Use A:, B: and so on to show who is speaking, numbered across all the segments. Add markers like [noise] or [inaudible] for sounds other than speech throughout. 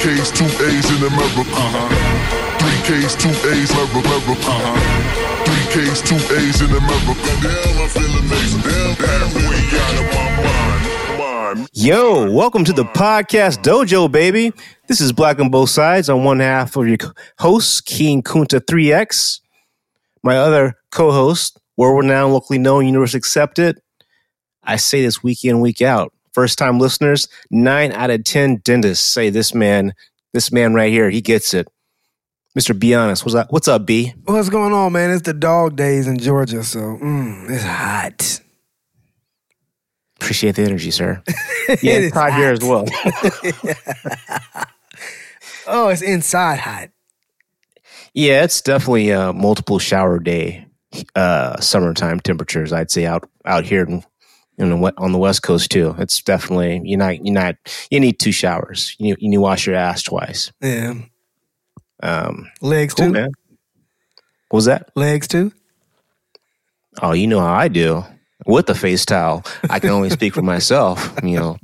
A: K's, two A's in America. Uh-huh. Three K's, two A's in America. Uh-huh. Three K's, two A's in America. Damn, I feel amazing. Damn, damn, way out of my mind. mind.
B: Yo, welcome to the podcast dojo, baby. This is Black on Both Sides. I'm one half of your co- host, Keen Kunta 3X. My other co host, world renowned, locally known, universe accepted. I say this week in, week out. First time listeners, nine out of 10 dentists say this man, this man right here, he gets it. Mr. Be honest. What's up, what's up B?
C: What's going on, man? It's the dog days in Georgia, so mm, it's hot.
B: Appreciate the energy, sir.
C: It
B: Yeah,
C: is
B: Todd here as well.
C: Oh, it's inside hot.
B: Yeah, it's definitely a multiple shower day, uh, summertime temperatures. I'd say out out here in, in the, we- on the west coast too. It's definitely you're not you're not you need two showers. You need, you need to wash your ass twice.
C: Yeah,
B: Um,
C: legs
B: cool,
C: too.
B: man. What was that?
C: Legs too.
B: Oh, you know how I do with the face towel. I can only speak for myself. You know,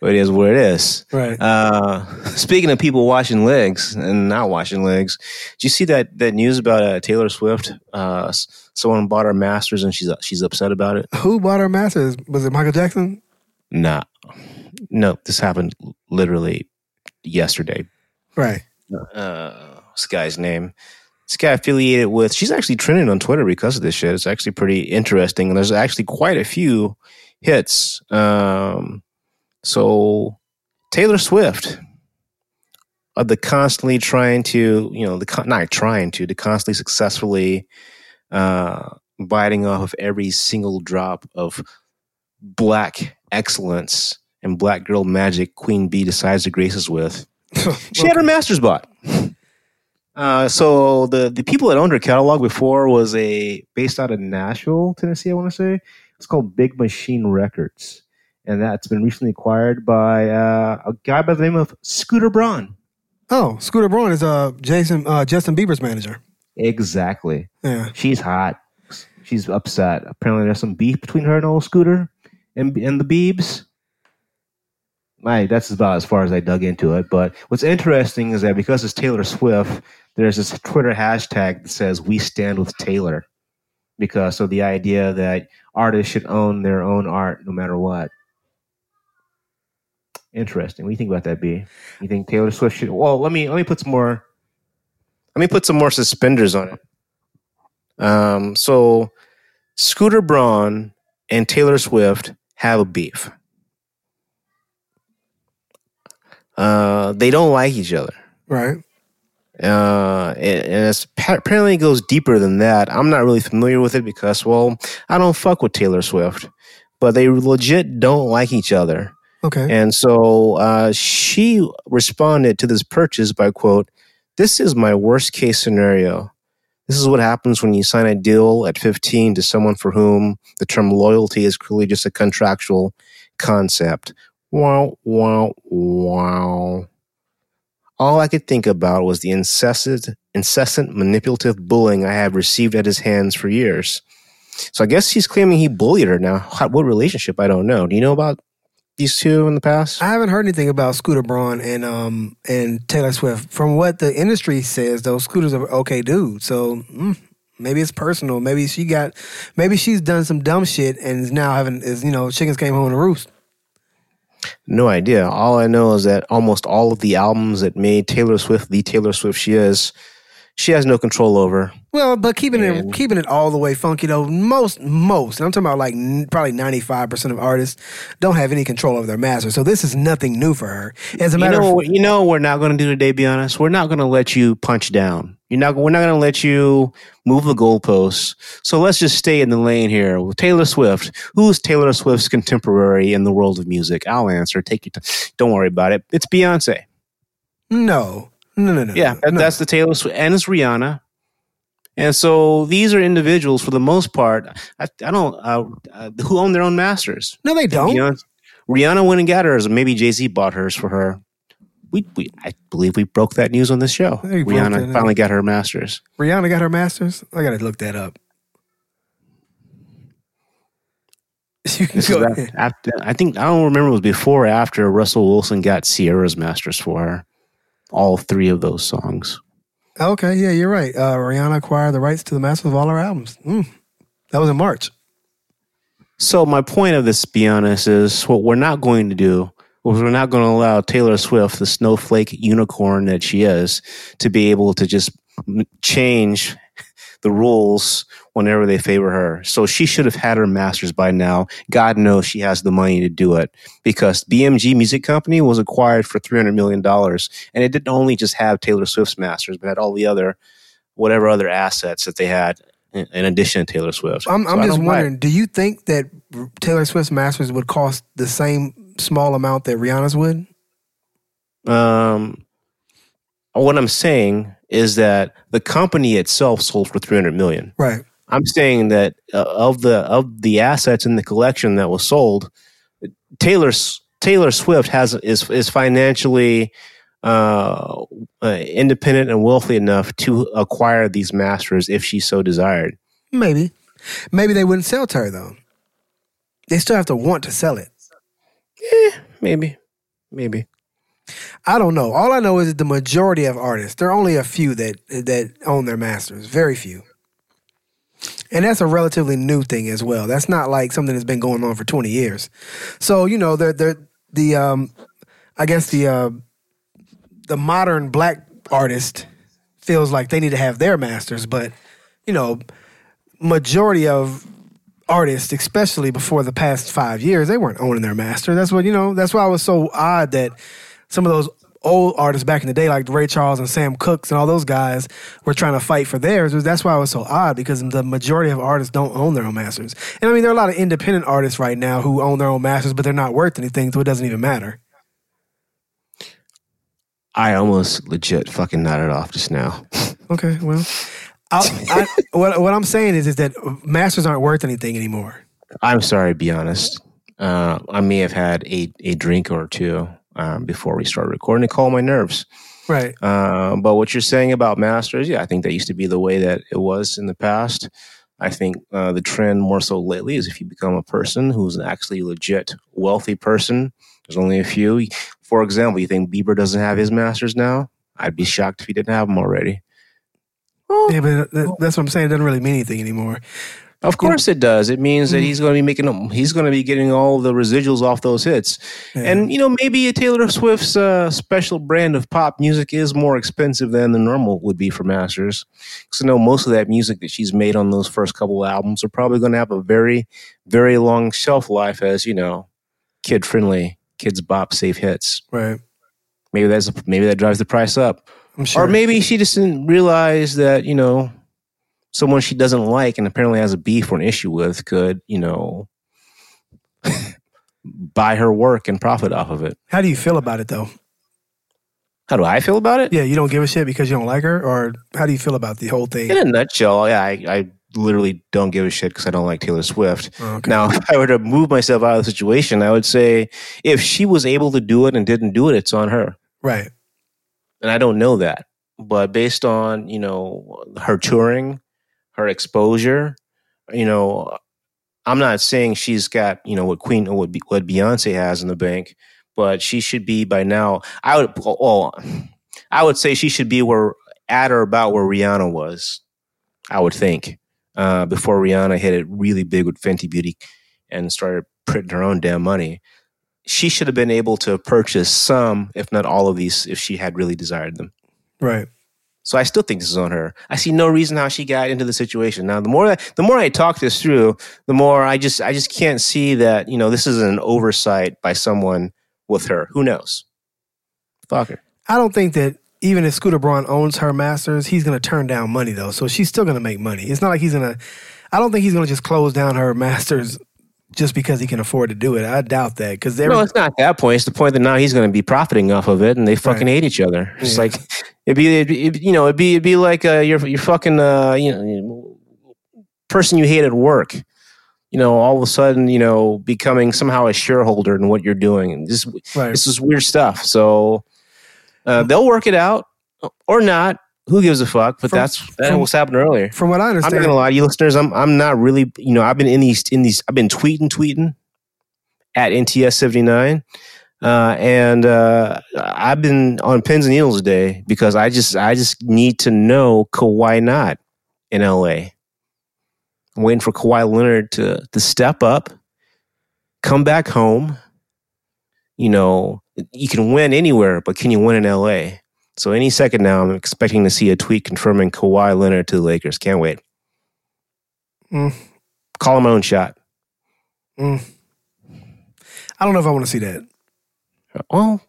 B: but it is what it is.
C: Right.
B: Uh, speaking of people washing legs and not washing legs, did you see that that news about uh, Taylor Swift? Uh, s- someone bought her Masters and she's uh, she's upset about it.
C: Who bought our masters? Was it Michael Jackson?
B: Nah, no, this happened literally yesterday.
C: Right. [laughs]
B: Uh, this guy's name. This guy affiliated with. She's actually trending on Twitter because of this shit. It's actually pretty interesting, and there's actually quite a few hits. Um, so Taylor Swift of the constantly trying to, you know, the con- not trying to, the constantly successfully uh, biting off of every single drop of black excellence and black girl magic Queen Bee decides to grace us with. She had her master's bot. Uh, so the the people that owned her catalog before was a based out of Nashville, Tennessee. I want to say it's called Big Machine Records, and that's been recently acquired by uh, a guy by the name of Scooter Braun.
C: Oh, Scooter Braun is uh Jason uh Justin Bieber's manager.
B: Exactly.
C: Yeah.
B: She's hot. She's upset. Apparently, there's some beef between her and old Scooter, and and the Beebs. My, that's about as far as I dug into it. But what's interesting is that because it's Taylor Swift, there's this Twitter hashtag that says "We stand with Taylor," because of the idea that artists should own their own art no matter what. Interesting. What do you think about that, B? You think Taylor Swift should? Well, let me let me put some more. Let me put some more suspenders on it. Um, so Scooter Braun and Taylor Swift have a beef. Uh, they don't like each other.
C: Right.
B: Uh, and, and it's, apparently it goes deeper than that. I'm not really familiar with it because, well, I don't fuck with Taylor Swift, but they legit don't like each other.
C: Okay.
B: And so uh, she responded to this purchase by quote, "This is my worst case scenario. This is what happens when you sign a deal at 15 to someone for whom the term loyalty is clearly just a contractual concept." Wow, wow, wow. All I could think about was the incessant, incessant manipulative bullying I have received at his hands for years. So I guess he's claiming he bullied her. Now, how, what relationship? I don't know. Do you know about these two in the past?
C: I haven't heard anything about Scooter Braun and um and Taylor Swift. From what the industry says, though, Scooter's an okay dude. So mm, maybe it's personal. Maybe she got, maybe she's done some dumb shit and is now having is you know chickens came home to roost.
B: No idea. All I know is that almost all of the albums that made Taylor Swift the Taylor Swift she is, she has no control over.
C: Well, but keeping
B: And-
C: it keeping it all the way funky though. Most most, and I'm talking about like n- probably 95 percent of artists don't have any control over their master. So this is nothing new for her. As a
B: You
C: matter
B: know,
C: of
B: you know, what we're not going to do today. Be honest, we're not going to let you punch down. You're not. We're not going to let you move the goalposts. So let's just stay in the lane here with Taylor Swift. Who's Taylor Swift's contemporary in the world of music? I'll answer. Take your time. Don't worry about it. It's Beyonce.
C: no, no, no, no.
B: Yeah, that-
C: no.
B: that's the Taylor Swift, and it's Rihanna. And so these are individuals for the most part. I, I don't uh, uh, who own their own masters.
C: no, they don't.
B: Rihanna, Rihanna went and got hers, and maybe Jay Z bought hers for her. We, we I believe we broke that news on this show.
C: I think we broke that
B: Rihanna
C: news.
B: finally got her masters.
C: Rihanna got her masters. I gotta look that up. [laughs] You can
B: This is
C: go
B: after, after- I think I don't remember if it was before or after Russell Wilson got Sierra's masters for her. all three of those songs.
C: Okay, yeah, you're right. Uh, Rihanna acquired the rights to the master of all her albums. Mm. That was in March.
B: So my point of this, to be honest, is what we're not going to do is we're not going to allow Taylor Swift, the snowflake unicorn that she is, to be able to just m- change the rules whenever they favor her. So she should have had her masters by now. God knows she has the money to do it because BMG Music Company was acquired for $300 million. And it didn't only just have Taylor Swift's masters, but had all the other, whatever other assets that they had in in addition to Taylor Swift.
C: I'm,
B: So
C: I'm
B: I
C: just
B: don't buy it.
C: wondering, do you think that Taylor Swift's masters would cost the same small amount that Rihanna's would?
B: Um, what I'm saying is that the company itself sold for 300 million.
C: Right.
B: I'm saying that uh, of the of the assets in the collection that was sold, Taylor S- Taylor Swift has is is financially uh, uh, independent and wealthy enough to acquire these masters if she so desired.
C: Maybe. Maybe they wouldn't sell to her though. They still have to want to sell it.
B: Maybe, maybe.
C: I don't know. All I know is that the majority of artists, there are only a few that that own their masters, very few. And that's a relatively new thing as well. That's not like something that's been going on for 20 years. So, you know, they're, they're the um I guess the uh the modern black artist feels like they need to have their masters, but you know, majority of artists, especially before the past five years, they weren't owning their master. That's what you know. That's why it was so odd that some of those old artists back in the day, like Ray Charles and Sam Cooks and all those guys, were trying to fight for theirs. That's why it was so odd because the majority of artists don't own their own masters. And I mean, there are a lot of independent artists right now who own their own masters, but they're not worth anything, so it doesn't even matter.
B: I almost legit fucking nodded off just now. [laughs]
C: Okay, well, I, I, what what I'm saying is is that masters aren't worth anything anymore.
B: I'm sorry, to be honest. Uh, I may have had a, a drink or two um, before we started recording to calm my nerves.
C: Right.
B: Uh, but what you're saying about masters, yeah, I think that used to be the way that it was in the past. I think uh, the trend more so lately is if you become a person who's an actually legit wealthy person, there's only a few. For example, you think Bieber doesn't have his masters now? I'd be shocked if he didn't have them already.
C: Yeah, but that, that's what I'm saying. It doesn't really mean anything anymore.
B: Of course it does. It means that he's going to be making them. He's going to be getting all the residuals off those hits, and you know maybe a Taylor Swift's uh, special brand of pop music is more expensive than the normal would be for masters. Because I know most of that music that she's made on those first couple albums are probably going to have a very, very long shelf life as you know, kid friendly, kids bop safe hits.
C: Right.
B: Maybe that's maybe that drives the price up.
C: I'm sure.
B: Or maybe she just didn't realize that, you know, someone she doesn't like and apparently has a beef or an issue with could, you know, [laughs] buy her work and profit off of it.
C: How do you feel about it though?
B: How do I feel about it?
C: Yeah, you don't give a shit because you don't like her, or how do you feel about the whole
B: [laughs]
C: thing?
B: In a nutshell, yeah, I, I literally don't give a shit because I don't like Taylor Swift.
C: Oh, Okay.
B: Now, [laughs] if I were to move myself out of the situation, I would say if she was able to do it and didn't do it, it's on her.
C: Right.
B: and I don't know that, but based on you know her touring, her exposure, you know, I'm not saying she's got you know what Queen or what Be- what Beyonce has in the bank, but she should be by now. I would well, I would say she should be where at or about where Rihanna was. I would think uh, before Rihanna hit it really big with Fenty Beauty and started printing her own damn money she should have been able to purchase some, if not all of these, if she had really desired them.
C: Right.
B: So I still think this is on her. I see no reason how she got into the situation. Now, the more that, the more I talk this through, the more I just I just can't see that you know this is an oversight by someone with her. Who knows? Fuck her.
C: I don't think that even if Scooter Braun owns her masters, he's gonna turn down money though. So she's still gonna make money. It's not like he's gonna. I don't think he's gonna just close down her masters just because he can afford to do it. I doubt that because
B: No, it's not that point. It's the point that now he's going to be profiting off of it, and they fucking hate each other. It's
C: Yeah.
B: like it'd be, it'd be- it'd- you know, it'd be, it'd be like uh, your your fucking uh, you know person you hate at work. You know, all of a sudden, you know, becoming somehow a shareholder in what you're doing. And This
C: right.
B: this is weird stuff. So uh, they'll work it out or not. Who gives a fuck? But
C: From-
B: that's that's
C: from-
B: what's happened earlier.
C: From what I
B: I'm
C: understand,
B: not gonna lie to you listeners. I'm I'm not really you know I've been in these in these I've been tweeting tweeting at NTS seventy nine. Uh, and uh, I've been on pins and needles today because I just I just need to know Kawhi not in L.A. I'm waiting for Kawhi Leonard to to step up, come back home. You know, you can win anywhere, but can you win in L.A.? So any second now, I'm expecting to see a tweet confirming Kawhi Leonard to the Lakers. Can't wait.
C: Mm.
B: Calling my own shot.
C: I don't know if I want to see that.
B: Well,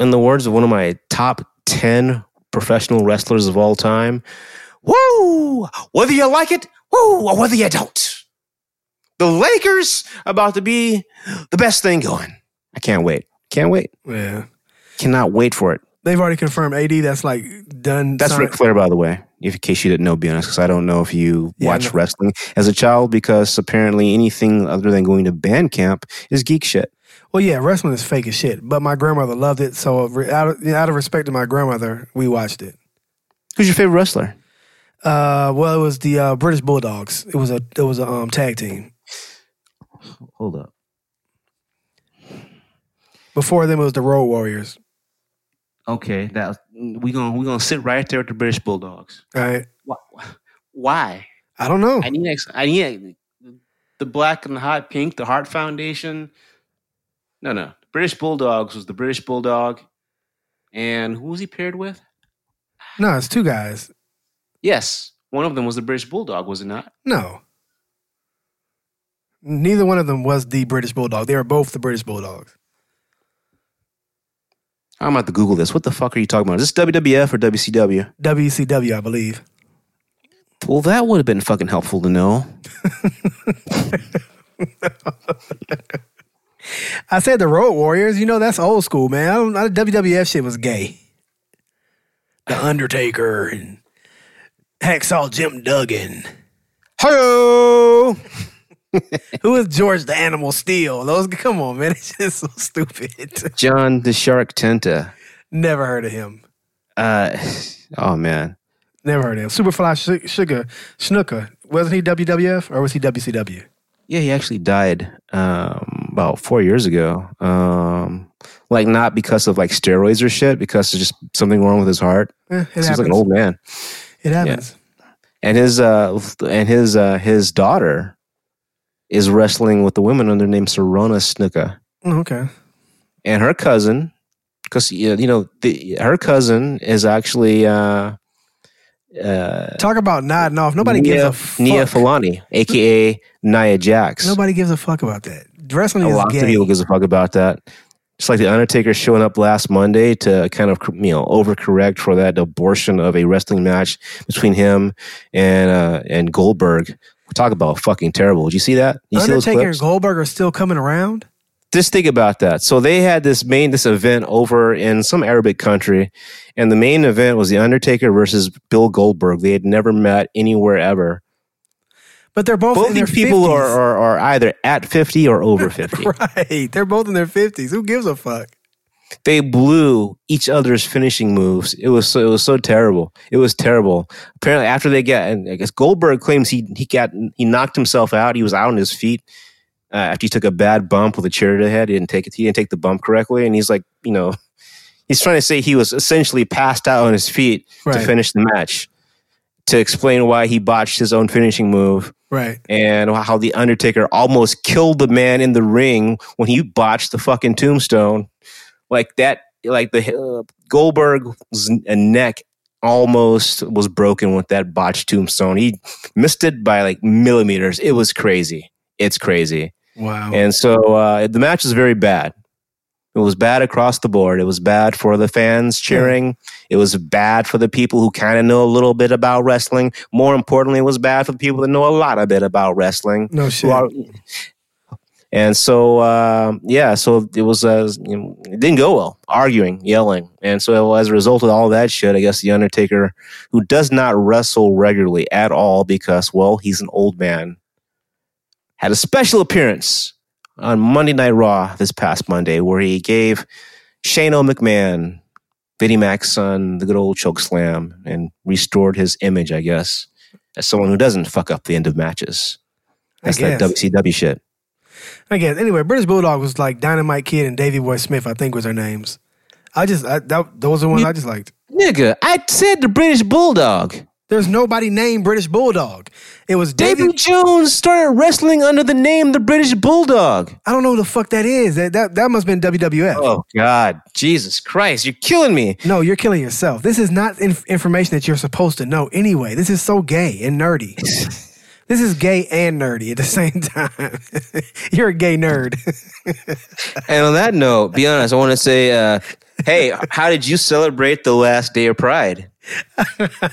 B: in the words of one of my top 10 professional wrestlers of all time, woo! Whether you like it, woo, or whether you don't. The Lakers about to be the best thing going. I can't wait. Can't wait.
C: Yeah.
B: Cannot wait for it.
C: They've already confirmed AD. That's like done.
B: That's
C: signed-
B: Ric Flair, by the way. If in case you didn't know, be honest, because I don't know if you
C: Yeah, I
B: watch
C: know.
B: wrestling as a child, because apparently anything other than going to band camp is geek shit.
C: Well, yeah, wrestling is fake as shit. But my grandmother loved it, so re- out of, out of respect to my grandmother, we watched it.
B: Who's your favorite wrestler?
C: Uh, well, it was the uh, British Bulldogs. It was a it was a um, tag team.
B: Hold up.
C: Before them, it was the Road Warriors.
B: Okay, that we gonna we gonna sit right there with the British Bulldogs.
C: All right,
B: Why? Why?
C: I don't know.
B: I need ex- I need ex- the black and the hot pink, the Heart Foundation. No, no, British Bulldogs was the British Bulldog, and who was he paired with?
C: No, it's two guys.
B: Yes, one of them was the British Bulldog, was it not?
C: No, neither one of them was the British Bulldog. They were both the British Bulldogs.
B: I'm about to Google this. What the fuck are you talking about? Is this WWF or WCW?
C: WCW, I believe.
B: Well, that would have been fucking helpful to know.
C: I said the Road Warriors. You know that's old school, man. I don't, I, WWF shit was gay. The Undertaker and Hacksaw Jim Duggan.
B: Hello.
C: [laughs] Who is George the Animal Steel? Those come on, man. [laughs] It's just so stupid. [laughs]
B: John the Shark Tenta.
C: Never heard of him.
B: Uh, [sighs] oh man.
C: Never heard of him. Superfly Sh- Sugar Snooker. Wasn't he WWF or was he WCW?
B: Yeah, he actually died um, about four years ago. Um, like not because of like steroids or shit, because there's just something wrong with his heart.
C: Eh, it
B: He's
C: happens.
B: like an old man,
C: it happens.
B: and his uh, and his uh, his daughter is wrestling with the women under the name Serona Snuka,
C: Oh, Okay.
B: and her cousin, because you know the, her cousin is actually uh, uh,
C: Talk about nodding off. Nobody gives
B: Nia,
C: a fuck.
B: Nia Filani, aka Nia Jax.
C: Nobody gives a fuck about that. Wrestling
B: a
C: is
B: lot
C: gay.
B: of people gives a fuck about that. Just like the Undertaker showing up last Monday to kind of you know overcorrect for that abortion of a wrestling match between him and uh, and Goldberg. Talk about fucking terrible. Did you see that? You see those
C: Undertaker and
B: clips?
C: Goldberg are still coming around.
B: Just think about that. So they had this main this event over in some Arabic country, and the main event was the Undertaker versus Bill Goldberg. They had never met anywhere ever.
C: But they're both
B: Both
C: in their
B: these people
C: 50s.
B: are, are are either at fifty or over fifty.
C: [laughs] right. They're both in their fifties. Who gives a fuck?
B: they blew each other's finishing moves. It was so, it was so terrible. It was terrible. Apparently, after they got, and I guess Goldberg claims he he got he knocked himself out. He was out on his feet uh, after he took a bad bump with a chair to the head. He didn't take it. He didn't take the bump correctly, and he's like, you know, he's trying to say he was essentially passed out on his feet to
C: Right.
B: finish the match. To explain why he botched his own finishing move
C: Right.
B: and how the Undertaker almost killed the man in the ring when he botched the fucking tombstone. Like that, like the uh, Goldberg's n- uh, neck almost was broken with that botched tombstone. He missed it by like millimeters. It was crazy. It's crazy.
C: Wow.
B: And so uh, the match was very bad. It was bad across the board. It was bad for the fans cheering. It was bad for the people who kind of know a little bit about wrestling. More importantly, it was bad for the people that know a lot of bit about wrestling.
C: no
B: Who
C: shit.
B: are- and so, um yeah, so it was, uh, you know, it didn't go well, arguing, yelling. And so, as a result of all that shit, I guess The Undertaker, who does not wrestle regularly at all because, well, he's an old man, had a special appearance on Monday Night Raw this past Monday where he gave Shane McMahon, Vinnie Mac's son, the good old choke slam and restored his image, I guess, as someone who doesn't fuck up the end of matches.
C: I
B: That's that
C: guess.
B: WCW shit.
C: I guess anyway, British Bulldog was like Dynamite Kid and Davy Boy Smith. I think was their names. I just I, that, those are the ones I just liked.
B: Nigga, I said the British Bulldog.
C: There's nobody named British Bulldog. It was
B: Davy
C: Davy.
B: Jones started wrestling under the name the British Bulldog.
C: I don't know who the fuck that is. That that, that must have been WWF.
B: Oh God, Jesus Christ, you're killing me.
C: No, you're killing yourself. This is not inf- information that you're supposed to know anyway. This is so gay and
B: [laughs]
C: nerdy. this is gay and nerdy at the same time. [laughs] you're a gay nerd. [laughs]
B: And on that note, be honest. I want to say, uh, hey, how did you celebrate the last day of Pride?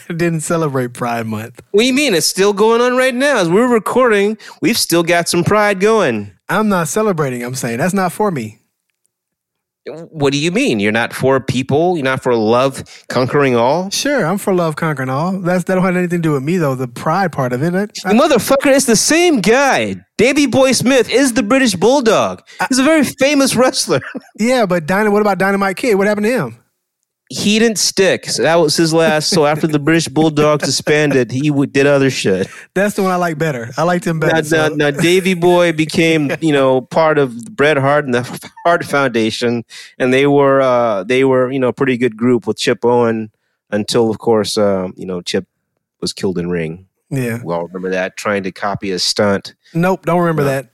C: Didn't celebrate Pride Month.
B: What do you mean? It's still going on right now. As we're recording, we've still got some Pride going.
C: I'm not celebrating. I'm saying that's not for me.
B: What do you mean? You're not for people. You're not for love conquering all.
C: Sure, I'm for love conquering all. That's that don't have anything to do with me though. The pride part of it. I-
B: You motherfucker, it's the same guy. Davy Boy Smith is the British Bulldog. He's a very famous wrestler. [laughs]
C: yeah, but Dyna, what about Dynamite Kid? What happened to him?
B: He didn't stick. So that was his last. So after the British Bulldog disbanded, he w- did other shit.
C: That's the one I like better. I liked him better.
B: Now, now,
C: so-
B: now Davy Boy
C: [laughs]
B: became, you know, part of the Bret Hart and the [laughs] Hart Foundation, and they were uh, they were you know a pretty good group with Chip Owen until, of course, um, you know Chip was killed in ring.
C: Yeah.
B: We all remember that trying to copy a stunt.
C: Nope. Don't remember that.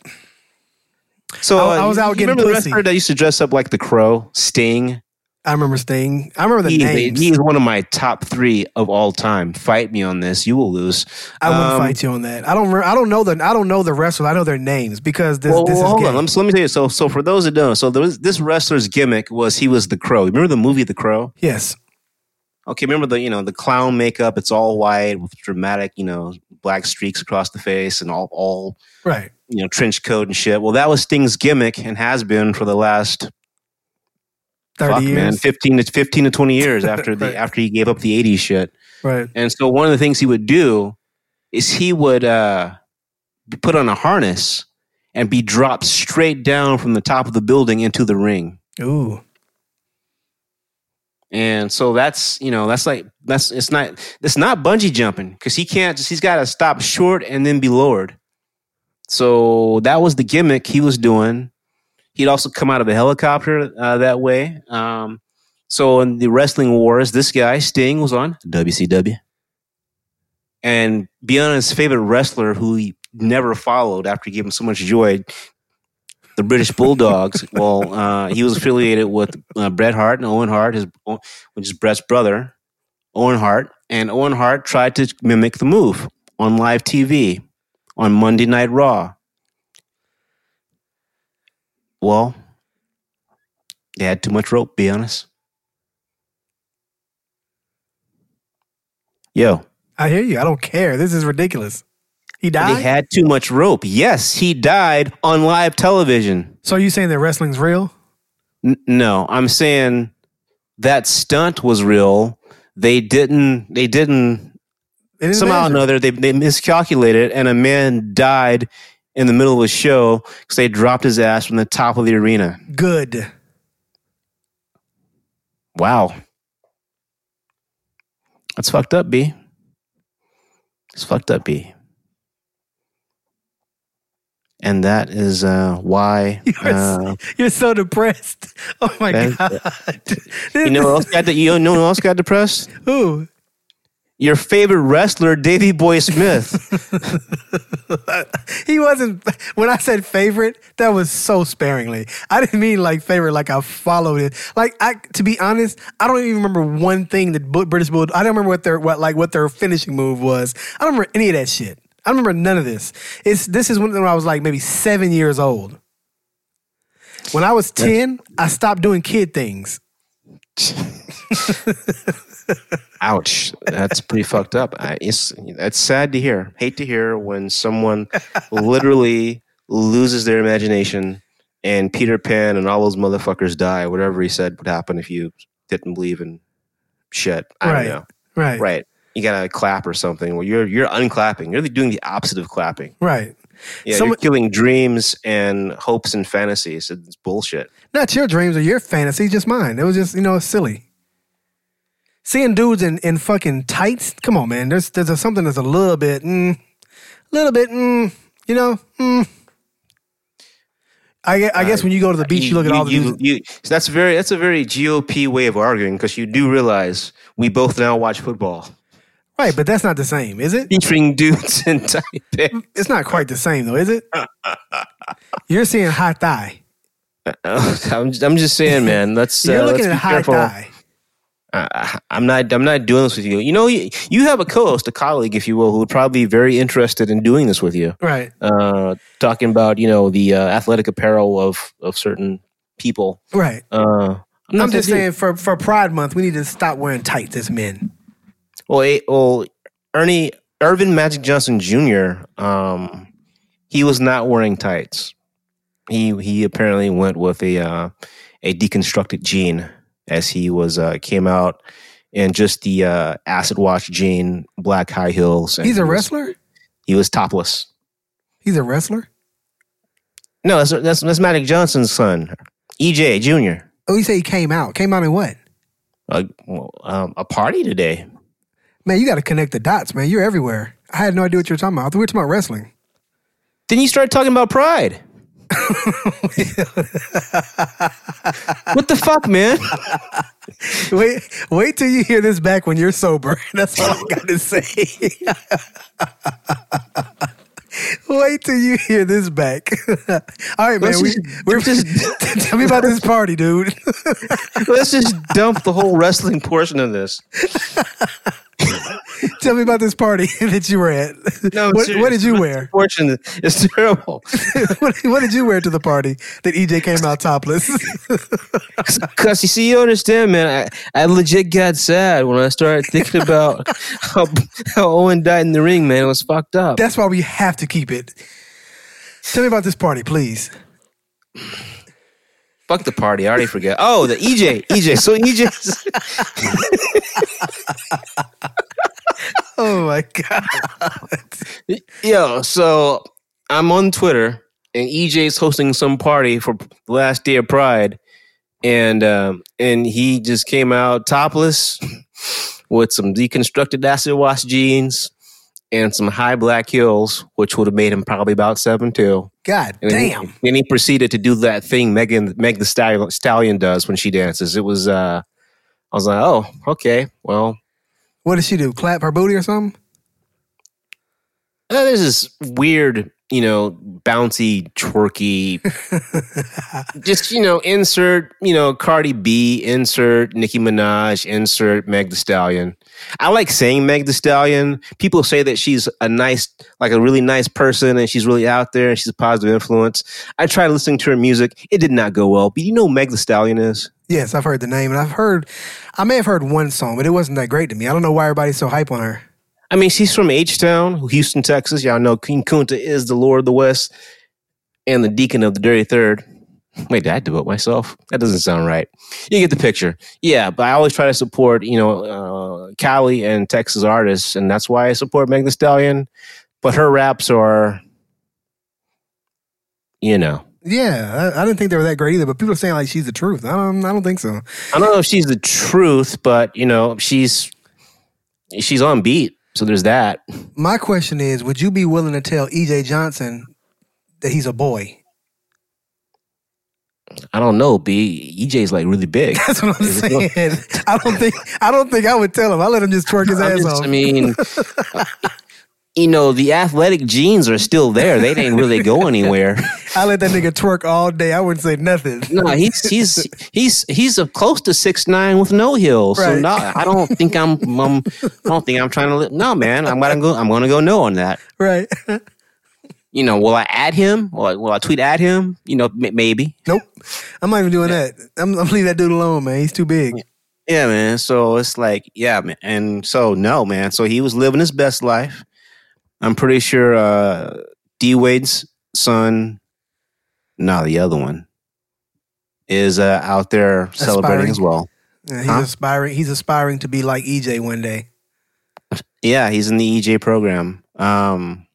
B: So
C: I-
B: uh,
C: I was out
B: you
C: getting
B: remember the
C: pussy.
B: wrestler that used to dress up like the Crow, Sting.
C: I remember Sting. I remember the
B: He is,
C: names.
B: he is one of my top three of all time. Fight me on this, you will lose.
C: I wouldn't
B: Um,
C: fight you on that. I don't. Re- I don't know the. I don't know the wrestlers. I know their names because this.
B: Well,
C: this
B: well,
C: is
B: hold
C: gay.
B: on. Let me, so let me tell you. So, so for those that don't, so there was, this wrestler's gimmick was he was the crow. Remember the movie The Crow?
C: yes.
B: Okay, remember the you know the clown makeup? It's all white with dramatic you know black streaks across the face and all all
C: Right.
B: you know trench coat and shit. Well, that was Sting's gimmick and has been for the last
C: Thirty
B: fuck,
C: years.
B: man fifteen to fifteen to twenty
C: [laughs]
B: years after the
C: Right.
B: after he gave up the '80s shit.
C: Right.
B: And so one of the things he would do is he would uh, be put on a harness and be dropped straight down from the top of the building into the ring.
C: Ooh.
B: And so that's you know that's like that's it's not it's not bungee jumping because he can't just he's got to stop short and then be lowered. So that was the gimmick he was doing. He'd also come out of a helicopter uh, that way. Um, so in the wrestling wars, this guy Sting was on WCW, and beyond his favorite wrestler who he never followed after he gave him so much joy, the British Bulldogs. well, uh, he was affiliated with uh, Bret Hart and Owen Hart, his which is Bret's brother, Owen Hart, and Owen Hart tried to mimic the move on live TV on Monday Night Raw. Well, they had too much rope, be honest. Yo,
C: I hear you. I don't care. This is ridiculous. He died.
B: they had too much rope. Yes, he died on live television.
C: so you saying that wrestling's real?
B: N- no, I'm saying that stunt was real. They didn't. They didn't
C: It didn't
B: somehow or
C: matter.
B: another they, they miscalculated and a man died in the middle of a show because they dropped his ass from the top of the arena
C: Good. [laughs]
B: wow that's fucked up b it's fucked up b and that is uh, why
C: [laughs] You are
B: uh,
C: You're so depressed. [laughs] Oh my
B: Thank-
C: god.
B: you know who
C: [laughs]
B: else got de- you know who else got depressed
C: Ooh.
B: your favorite wrestler davey boy smith
C: [laughs] He wasn't. When I said favorite, that was so sparingly. I didn't mean like favorite, like I followed it. Like I, to be honest, I don't even remember one thing that Bu- British Bulldog. I don't remember what their what like what their finishing move was. I don't remember any of that shit. I don't remember none of this. It's this is when I was like maybe seven years old. When I was ten, I stopped doing kid things.
B: Ouch, that's pretty fucked up. I, it's it's sad to hear. Hate to hear when someone literally loses their imagination and Peter Pan and all those motherfuckers die. Whatever he said would happen if you didn't believe in shit. I
C: Right.
B: don't know.
C: Right.
B: Right. You gotta clap or something. Well, you're you're unclapping. You're doing the opposite of clapping.
C: Right.
B: Yeah,
C: Someone-
B: you're killing dreams and hopes and fantasies. It's bullshit.
C: Not your dreams or your fantasies, just mine. It was just, you know, it's silly. Seeing dudes in, in fucking tights, come on, man. There's there's a, something that's a little bit, mm, little bit, mm, you know, mm. I, gue- I guess when you go to the beach, you, look at all the
B: Uh, you,
C: music.
B: you, so that's very that's a very GOP way of arguing because you do realize we both now watch football
C: right, but that's not the same, is it?
B: featuring [laughs] dudes in Taipei.
C: It's not quite the same though, is it? You're seeing high thigh.
B: [laughs] I'm, I'm just saying, man. Let's
C: [laughs]
B: uh,
C: You're looking
B: let's
C: at
B: be
C: high
B: careful.
C: thigh.
B: I, I'm not. I'm not doing this with you. You know, you, you have a co-host, a colleague, if you will, who would probably be very interested in doing this with you.
C: Right,
B: Uh, talking about you know the uh, athletic apparel of of certain people.
C: right.
B: Uh, I'm,
C: I'm
B: not
C: just
B: that dude.
C: saying for, for Pride Month, we need to stop wearing tights as men.
B: Well, eh, well, Ernie Irvin Magic Johnson Jr. Um, he was not wearing tights. He he apparently went with a uh, a deconstructed jean as he was uh, came out in just the uh, acid wash jean, black high heels. and
C: He's
B: he
C: a
B: was-
C: wrestler.
B: He was topless.
C: He's a wrestler.
B: No, that's that's, that's Magic Johnson's son, E EJ Jr.
C: Oh, you say he came out. Came out in what?
B: Uh, well, um, a party today.
C: Man, you got to connect the dots, man. You're everywhere. I had no idea what you were talking about. I thought we were talking about wrestling. [laughs]
B: Then you started talking about pride. what the fuck, man?
C: Wait, wait till you hear this back when you're sober. [laughs] That's all I got to say. [laughs] wait till you hear this back. [laughs] all right, man.
B: Let's
C: We,
B: just-
C: we're
B: just-
C: [laughs] tell me about this party, dude. [laughs]
B: Let's just dump the whole wrestling portion of this.
C: tell me about this party [laughs] that you were at.
B: No, I'm
C: what,
B: serious.
C: what did you wear? [laughs]
B: Portion is terrible
C: what, what did you wear to the party that EJ came out topless? [laughs]
B: because you see, you understand, man. I, I legit got sad when I started thinking
C: [laughs]
B: about how, how Owen died in the ring, man. It was fucked up.
C: That's why we have to keep it. Tell me about this party, please.
B: Fuck the party. I already forget. Oh, the EJ, EJ. So E EJ.
C: Oh my god.
B: Yo, so I'm on Twitter and EJ's hosting some party for the last day of Pride, and um, and he just came out topless with some deconstructed acid wash jeans and some high black heels, which would have made him probably about seven two.
C: God
B: And then he-
C: damn.
B: Then he proceeded to do that thing Megan Meg the Stallion, Stallion does when she dances. It was uh, I was like, oh, okay, well,
C: What did she do? Clap her booty or something?
B: Uh, there's this weird, you know, bouncy, twerky, just you know, insert, you know, Cardi B, insert Nicki Minaj, insert Meg The Stallion. I like saying Meg The Stallion. People say that she's a nice, like a really nice person, and she's really out there, and she's a positive influence. I tried listening to her music; it did not go well. But you know, who Meg The Stallion is.
C: Yes, I've heard the name and I've heard I may have heard one song, but it wasn't that great to me. I don't know why everybody's so hype on her.
B: I mean, she's from H Town, Houston, Texas. Y'all know King Kunta is the Lord of the West and the Deacon of the Dirty Third. Wait, did I devote myself? That doesn't sound right. You get the picture. Yeah, but I always try to support, you know, uh, Cali and Texas artists, and that's why I support Meg The Stallion. But her raps are, you know,
C: Yeah, I, I didn't think they were that great either, but people are saying like she's the truth. I don't I don't think so.
B: I don't know if she's the truth, but you know, she's she's on beat. So there's that.
C: My question is, would you be willing to tell EJ Johnson that he's a boy? [laughs]
B: I don't know. B EJ's like really big.
C: That's what I'm saying. I don't think I don't think I would tell him. I let him just twerk his
B: I'm
C: ass
B: just-
C: off.
B: I mean, you know, the athletic genes are still there. They didn't really go anywhere.
C: I let that nigga twerk all day. I wouldn't say nothing.
B: No, he's he's he's he's a close to six nine with no heels. So
C: Right.
B: no, I don't think I'm, I'm I don't think I'm trying to. Li- no, man, I'm gonna go. I'm gonna go no on that.
C: Right. [laughs]
B: You know, will I add him? Will I, will I tweet at him? You know, m- maybe.
C: nope. I'm not even doing that. I'm, I'm leaving that dude alone, man. He's too big.
B: Yeah, man. So it's like, yeah, man. And so no, man. So he was living his best life. I'm pretty sure uh D Wade's son, no, the other one, is uh, out there celebrating
C: Aspiring.
B: as well.
C: Yeah, Uh, he's
B: Huh?
C: aspiring. He's aspiring to be like EJ one day.
B: Yeah, he's in the EJ program. Um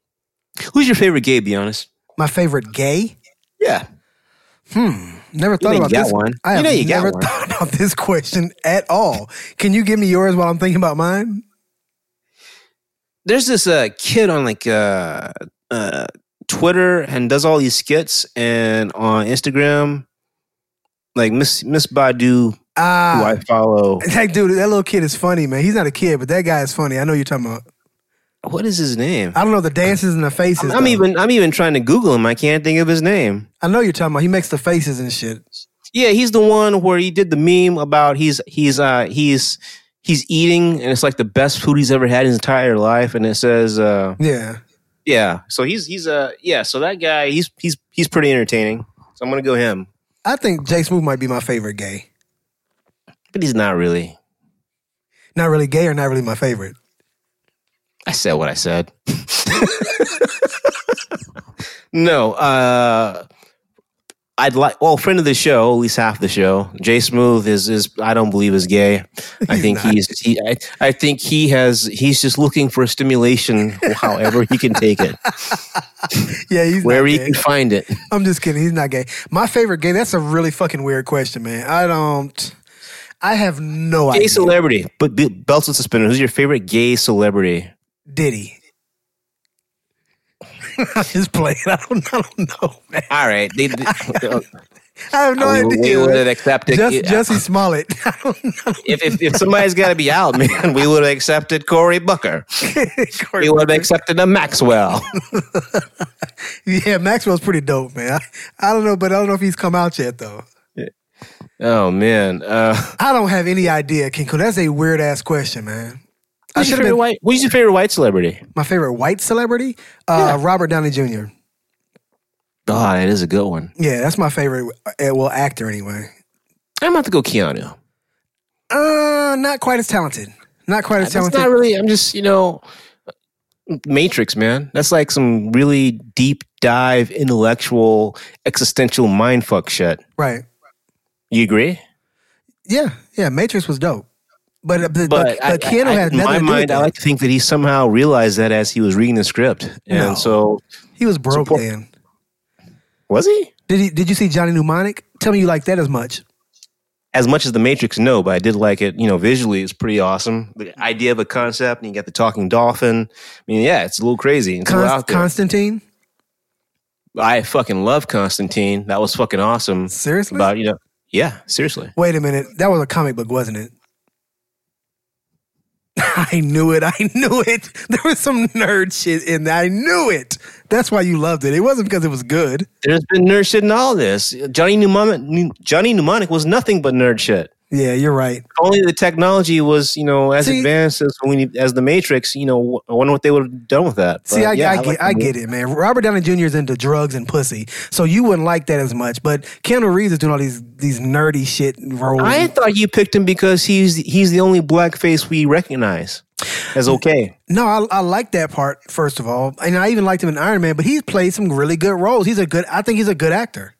B: Who's your favorite gay? Be honest.
C: My favorite gay.
B: Yeah,
C: Hmm. Never
B: you
C: thought
B: know you
C: about
B: got
C: this.
B: one.
C: I
B: you
C: have
B: know you
C: never
B: got one.
C: thought about this question at all. Can you give me yours while I'm thinking about mine?
B: There's this uh, kid on like uh, uh, Twitter and does all these skits and on Instagram, like Miss Miss Badu, who
C: Ah,
B: I follow.
C: that dude, that little kid is funny, man. He's not a kid, but that guy is funny. I know you're talking about.
B: What is his name?
C: I don't know the dances and the faces.
B: I'm
C: though.
B: even I'm even trying to Google him. I can't think of his name.
C: I know you're talking about. He makes the faces and shit.
B: Yeah, he's the one where he did the meme about he's he's uh he's he's eating and it's like the best food he's ever had in his entire life and it says uh
C: Yeah.
B: yeah. So he's he's uh yeah, so that guy he's he's he's pretty entertaining. So I'm going to go him.
C: I think Jay Smooth might be my favorite gay.
B: But he's not really.
C: Not really gay or not really my favorite. [laughs]
B: I said what I said. [laughs] no, uh I'd like well, friend of the show, at least half the show. Jay Smooth is is I don't believe is gay. [laughs] I
C: He's
B: think
C: not.
B: he's he I, I think he has he's just looking for stimulation however he can take [laughs] it.
C: Yeah, he's
B: Wherever
C: not
B: he
C: gay.
B: can find it.
C: I'm just kidding. He's not gay. My favorite gay. That's a really fucking weird question, man. I don't. I have no
B: Gay
C: idea.
B: celebrity. But be- belts and suspenders. Who's your favorite gay celebrity?
C: Diddy. [laughs] I'm just playing. I don't. I don't know, man.
B: All right. They, [laughs] they,
C: I have no
B: we,
C: idea.
B: we
C: man.
B: would have accepted
C: Just,
B: yeah.
C: Jesse Smollett. [laughs] I don't know.
B: if, if, if somebody's got to be out, [laughs] man, we would have accepted Corey Booker.
C: [laughs]
B: We
C: Corey
B: would have accepted a Maxwell.
C: Yeah, Maxwell's pretty dope, man. I, I don't know, but I don't know if he's come out yet though.
B: [laughs] oh man, uh,
C: I don't have any idea, King Kong. That's a weird ass question, man. I
B: who's your
C: should've
B: favorite
C: been-
B: white? Who's your favorite white celebrity?
C: My favorite white celebrity, uh, Robert Downey Jr.
B: Oh, that is a good one.
C: Yeah, that's my favorite. uh, Well, actor anyway.
B: I'm about to go Keanu.
C: Uh, not quite as talented. Not quite as
B: That's
C: talented.
B: not really. I'm just you know, Matrix man. That's like some really deep dive, intellectual, existential mindfuck shit.
C: right.
B: You agree?
C: Yeah. Yeah. Matrix was dope, but uh, the,
B: But
C: the, the Keanu
B: I, I,
C: had
B: in
C: nothing
B: my
C: to do with
B: mind, I
C: that.
B: like to think that he somehow realized that as he was reading the script, and
C: No.
B: so
C: He was broke
B: Support-
C: then.
B: was he.
C: Did he? Did you see Johnny Mnemonic? Tell me you like that as much.
B: as much as the Matrix, no, but I did like it. You know, visually, it's pretty awesome. The idea of a concept, and you got the talking dolphin. I mean, yeah, it's a little crazy. It's a little
C: Const-
B: out there.
C: Constantine.
B: I fucking love Constantine. That was fucking awesome.
C: Seriously.
B: About you know, yeah, seriously.
C: Wait a minute. That was a comic book, wasn't it? [laughs] I knew it. I knew it. [laughs] There was some nerd shit in there. I knew it. That's why you loved it. It wasn't because it was good.
B: There's been nerd shit in all this. Johnny Mnemonic, Johnny Mnemonic was nothing but nerd shit.
C: Yeah, you're right.
B: Only the technology was, you know, as
C: See-
B: advanced as we need, as the Matrix. You know, I wonder what they would have done with that.
C: See,
B: But,
C: I,
B: yeah,
C: I,
B: like
C: get, I
B: the-
C: get it, man. Robert Downey Jr. is into drugs and pussy, so you wouldn't like that as much. But Keanu Reeves is doing all these these nerdy shit roles.
B: I thought you picked him because he's he's the only black face we recognize as okay.
C: No, I, I like that part first of all, and I even liked him in Iron Man. But he's played some really good roles. He's a good. I think he's a good actor.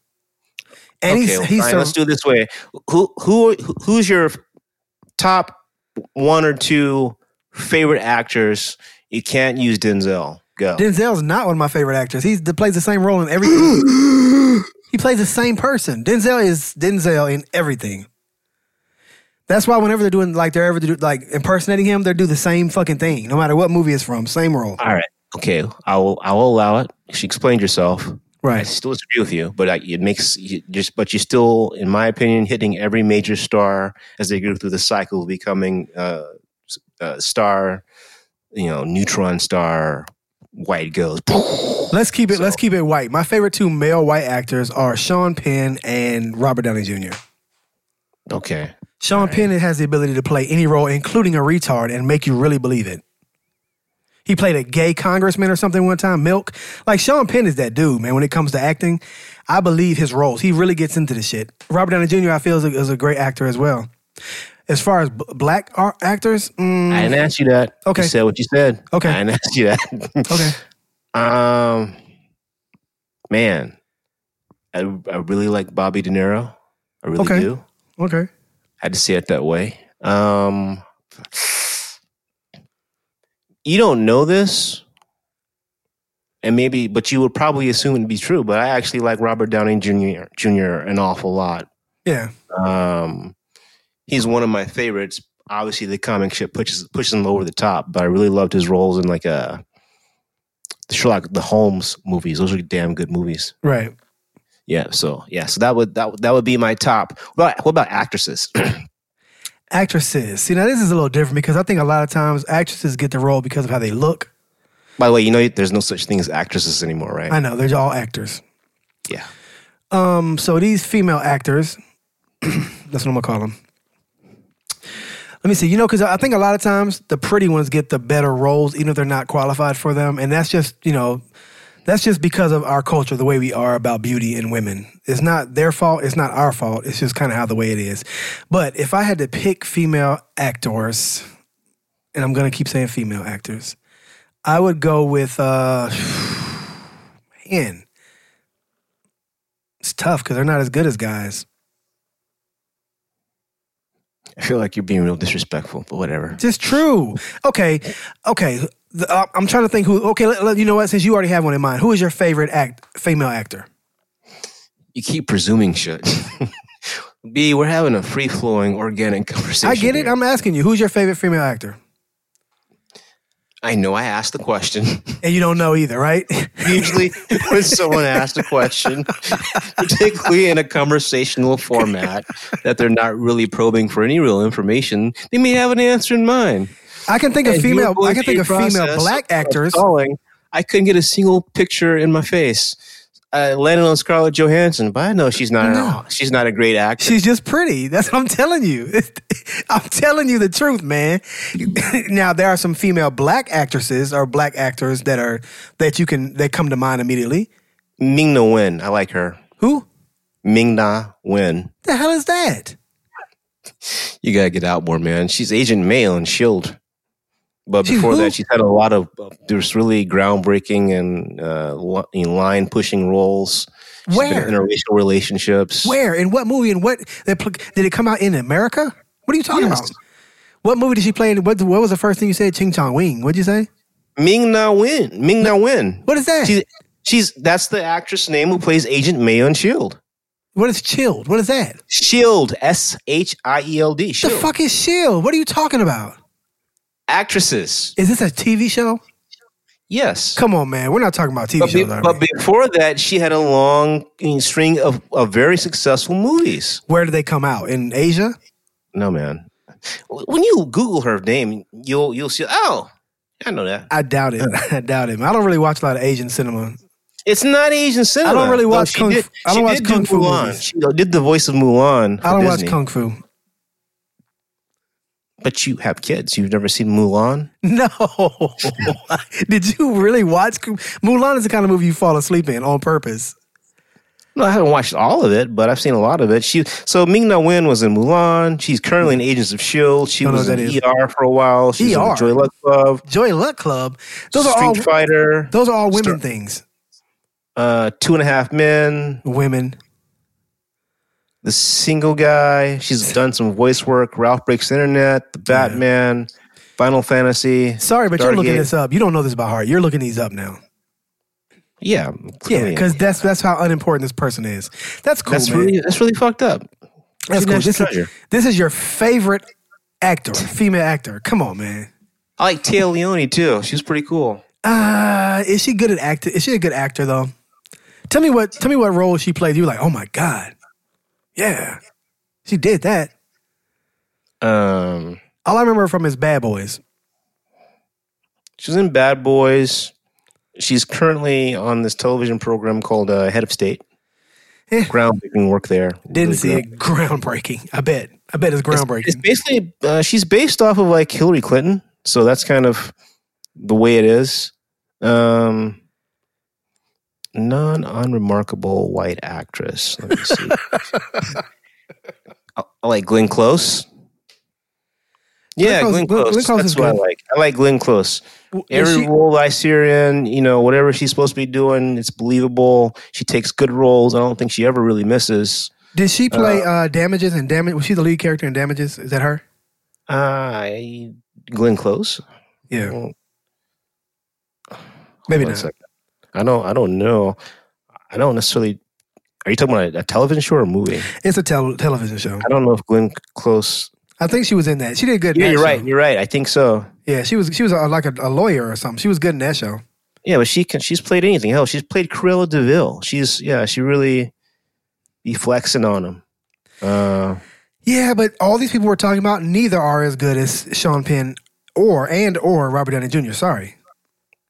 C: And
B: okay,
C: he's
B: well,
C: he's
B: fine,
C: sur-
B: let's do it this way. Who who who's your top one or two favorite actors? You can't use Denzel. Go.
C: Denzel's not one of my favorite actors. He's the, plays the same role in everything. he plays the same person. Denzel is Denzel in everything. That's why whenever they're doing like they're ever do, like impersonating him, they do the same fucking thing, no matter what movie it's from, same role.
B: All right. Okay, I will. I will allow it. She explained herself. I
C: Right.
B: still disagree with you, but I, it makes you just. But you're still, in my opinion, hitting every major star as they go through the cycle of becoming uh, s- uh, star, you know, neutron star, white goes.
C: Let's keep it. Let's keep it white. My favorite two male white actors are Sean Penn and Robert Downey Jr.
B: [laughs] Okay,
C: Sean Penn has the ability to play any role, including a retard, and make you really believe it. He played a gay congressman or something one time, Milk. Like, Sean Penn is that dude, man, when it comes to acting. I believe his roles. He really gets into the shit. Robert Downey Jr., I feel, is a, is a great actor as well. As far as b- black ar- actors, mm,
B: I didn't ask you that.
C: Okay.
B: you said what you said.
C: Okay.
B: I didn't [laughs] ask you that. [laughs]
C: okay.
B: um, man, I I really like Bobby De Niro. I really
C: Okay.
B: do.
C: Okay.
B: I had to say it that way. Um, you don't know this, and maybe, but you would probably assume it to be true. But I actually like Robert Downey Jr. Jr. an awful lot.
C: Yeah.
B: Um, he's one of my favorites. Obviously, the comic shit pushes pushes him over the top, but I really loved his roles in like a the uh, Sherlock the Holmes movies. Those are damn good movies.
C: Right.
B: Yeah. So yeah. So that would that would- that would be my top. What about, what about actresses? [clears throat]
C: Actresses. See, now this is a little different because I think a lot of times actresses get the role because of how they look.
B: By the way, you know there's no such thing as actresses anymore, right?
C: I know they're all actors.
B: yeah.
C: Um, so these female actors, [clears throat] that's what I'm gonna call them. Let me see. You know, because I think a lot of times the pretty ones get the better roles, even if they're not qualified for them, and that's just you know, that's just because of our culture, the way we are about beauty and women. It's not their fault. It's not our fault. It's just kind of how the way it is. But if I had to pick female actors, and I'm gonna keep saying female actors, I would go with uh, [sighs] man it's tough because they're not as good as guys.
B: I feel like you're being real disrespectful, but whatever.
C: Just true. Okay, okay. The- uh, I'm trying to think who. Okay, let, let- you know what? Since you already have one in mind, who is your favorite act female actor?
B: You keep presuming shit. [laughs] B, we're having a free flowing organic conversation.
C: I get it.
B: here.
C: I'm asking you, who's your favorite female actor?
B: I know I asked the question.
C: And you don't know either, right?
B: [laughs]
C: [laughs]
B: Usually, when someone asks a question, [laughs] particularly in a conversational format that they're not really probing for any real information, they may have an answer in mind.
C: I can think of
B: And you
C: female.
B: go
C: I can
B: through
C: think
B: a
C: of female
B: process
C: black
B: of
C: actors.
B: Calling, I couldn't get a single picture in my face. I landed on Scarlett Johansson, but I know she's not.
C: No.
B: An, she's not a great actor.
C: She's just pretty. That's what I'm telling you. [laughs] I'm telling you the truth, man. [laughs] now there are some female black actresses or black actors that are that you can that come to mind immediately.
B: Ming Na Wen, I like her.
C: Who
B: Ming Na Wen,
C: the hell is that?
B: you gotta get out more, man. She's Agent May on Shield, E but
C: She
B: before
C: who?
B: that, she's had a lot of uh, there's really groundbreaking and uh, line pushing roles. She's been
C: Where?
B: in interracial relationships?
C: Where? In what movie? And what they pl- did it come out in America? What are you talking
B: Yes.
C: about? What movie did she play in? What, what was the first thing you said? Ching Chong Wing. What'd you say?
B: Ming Na Wen. Ming Na Wen.
C: What
B: [laughs]
C: is that?
B: She's, she's that's the actress name who plays Agent May on Shield.
C: what is Chilled? What is that?
B: Shield. E S H I E L D.
C: The
B: Shield.
C: fuck is Shield? What are you talking about?
B: Actresses.
C: Is this a TV show?
B: Yes.
C: Come on, man. We're not talking about TV
B: But, be-
C: shows. are
B: but
C: we?
B: before that, she had a long mm, string of, of very successful movies.
C: Where did they come out? In Asia?
B: No, man. When you Google her name, you'll you'll see. Oh, I know that.
C: I doubt
B: [laughs]
C: it. I doubt it. man. I don't really watch a lot of Asian cinema.
B: It's not Asian cinema.
C: really
B: though
C: watch
B: she
C: kung
B: did-
C: fu- I don't
B: she
C: watch
B: did
C: kung
B: do
C: fu
B: Mulan.
C: movies.
B: She uh, did the voice of Mulan. For
C: I don't
B: Disney.
C: watch Kung Fu. [laughs]
B: But you have kids. You've never seen Mulan.
C: No. [laughs] did you really watch Kung- Mulan is the kind of movie you fall asleep in on purpose.
B: No, I haven't watched all of it, but I've seen a lot of it. She so Ming Na Wen was in Mulan. She's currently in Agents of Shield. E She
C: Don't Mm. know
B: was
C: what
B: in
C: that is.
B: ER for a while. She's in
C: ER?
B: the Joy Luck Club.
C: Joy Luck Club. Those
B: Street
C: are all
B: Fighter.
C: Those are all women
B: Start-
C: things.
B: Uh, Two and a Half Men.
C: Women.
B: The Single Guy. She's done some voice work. Ralph Breaks the Internet. The Batman. Final Fantasy.
C: Sorry, but you're looking
B: Stargate.
C: this up. You don't know this by heart. You're looking these up now.
B: Yeah,
C: Yeah,
B: clearly.
C: because that's that's how unimportant this person is. That's cool,
B: that's
C: man.
B: really that's really fucked up.
C: that's
B: She's a
C: cool.
B: national
C: This is,
B: treasure.
C: this is your favorite actor, female actor. Come on, man.
B: I like Tia Leone too. She's pretty cool.
C: Uh, is she good at acting? Is she a good actor though? Tell me what tell me what role she played. You're like, oh my god, yeah, she did that.
B: Um,
C: All I remember from is Bad Boys.
B: she's in Bad Boys. She's currently on this television program called uh, Head of State.
C: Eh.
B: Groundbreaking work there.
C: Didn't
B: Really
C: see
B: ground-
C: it. [laughs] Groundbreaking. I bet. I bet it's groundbreaking.
B: It's basically uh, she's based off of like Hillary Clinton, so that's kind of the way it is. Um, non-unremarkable white actress. Let me
C: [laughs]
B: see. I, I like Glenn Close. Yeah,
C: Close-
B: Glenn
C: Glenn-
B: Close.
C: Glenn Close
B: That's
C: is
B: what I
C: good.
B: like. I like Glenn Close.
C: W- is
B: Every
C: she-
B: role I see her in, you know, whatever she's supposed to be doing, it's believable. She takes good roles. I don't think she ever really misses.
C: Did she play uh, Damages and Damage? Was she the lead character in Damages? Is that her?
B: Uh, Glenn Close.
C: Yeah,
B: Well,
C: maybe
B: One
C: not.
B: second. I don't. I don't know. I don't necessarily. Are you talking about a, a television show or a movie?
C: It's a tel- television show.
B: I don't know if Glenn Close.
C: I think she was in that. She did good. in
B: Yeah,
C: that
B: you're
C: show.
B: right. You're right. I think so.
C: Yeah, she was. She was a, like a, a lawyer or something. She was good in that show.
B: Yeah, but she can. She's played anything. Hell, she's played Cruella Deville. She's yeah. She really be flexing on him. Uh,
C: Yeah, but all these people we're talking about, neither are as good as Sean Penn or and or Robert Downey Jr. Sorry,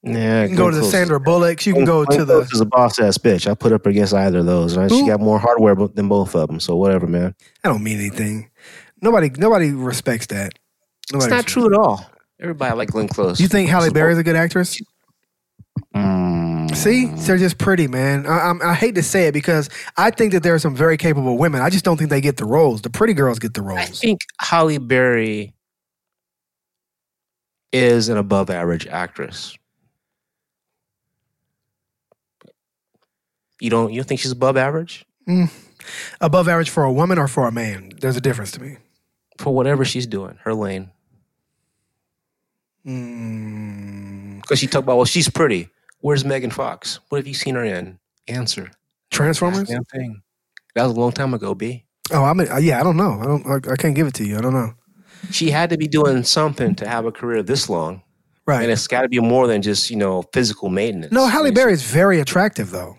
B: yeah.
C: you can go to the Sandra Bullocks. You can go to the
B: Is a boss ass bitch. I put up against either of those, and she
C: Who-
B: got more hardware bo- than both of them. So whatever, man.
C: I don't mean anything. Nobody, nobody respects that. Nobody
B: It's not
C: respects-
B: true at all. Everybody like Glenn Close.
C: You think Halle Berry's a good actress?
B: Mm.
C: See, they're just pretty, man. I, I'm- I hate to say it because I think that there are some very capable women. I just don't think they get the roles. The pretty girls get the
B: I
C: roles.
B: think Holly Berry is an above average actress. You don't you don't think she's above average
C: [laughs] Above average for a woman or for a man, there's a difference to me.
B: for whatever she's doing, her lane.
C: Mm,
B: Because she talked about, well, she's pretty. Where's Megan Fox? What have you seen her in? Answer.
C: Transformers?
B: Damn thing. That was a long time ago, B.
C: Oh, I mean, yeah, I don't know. I don't. I, I can't give it to you. I don't know.
B: She had to be doing something to have a career this long. And
C: Right?
B: it's got to be more than just, you know, physical maintenance.
C: No,
B: I
C: Halle
B: mean,
C: Berry's very attractive though.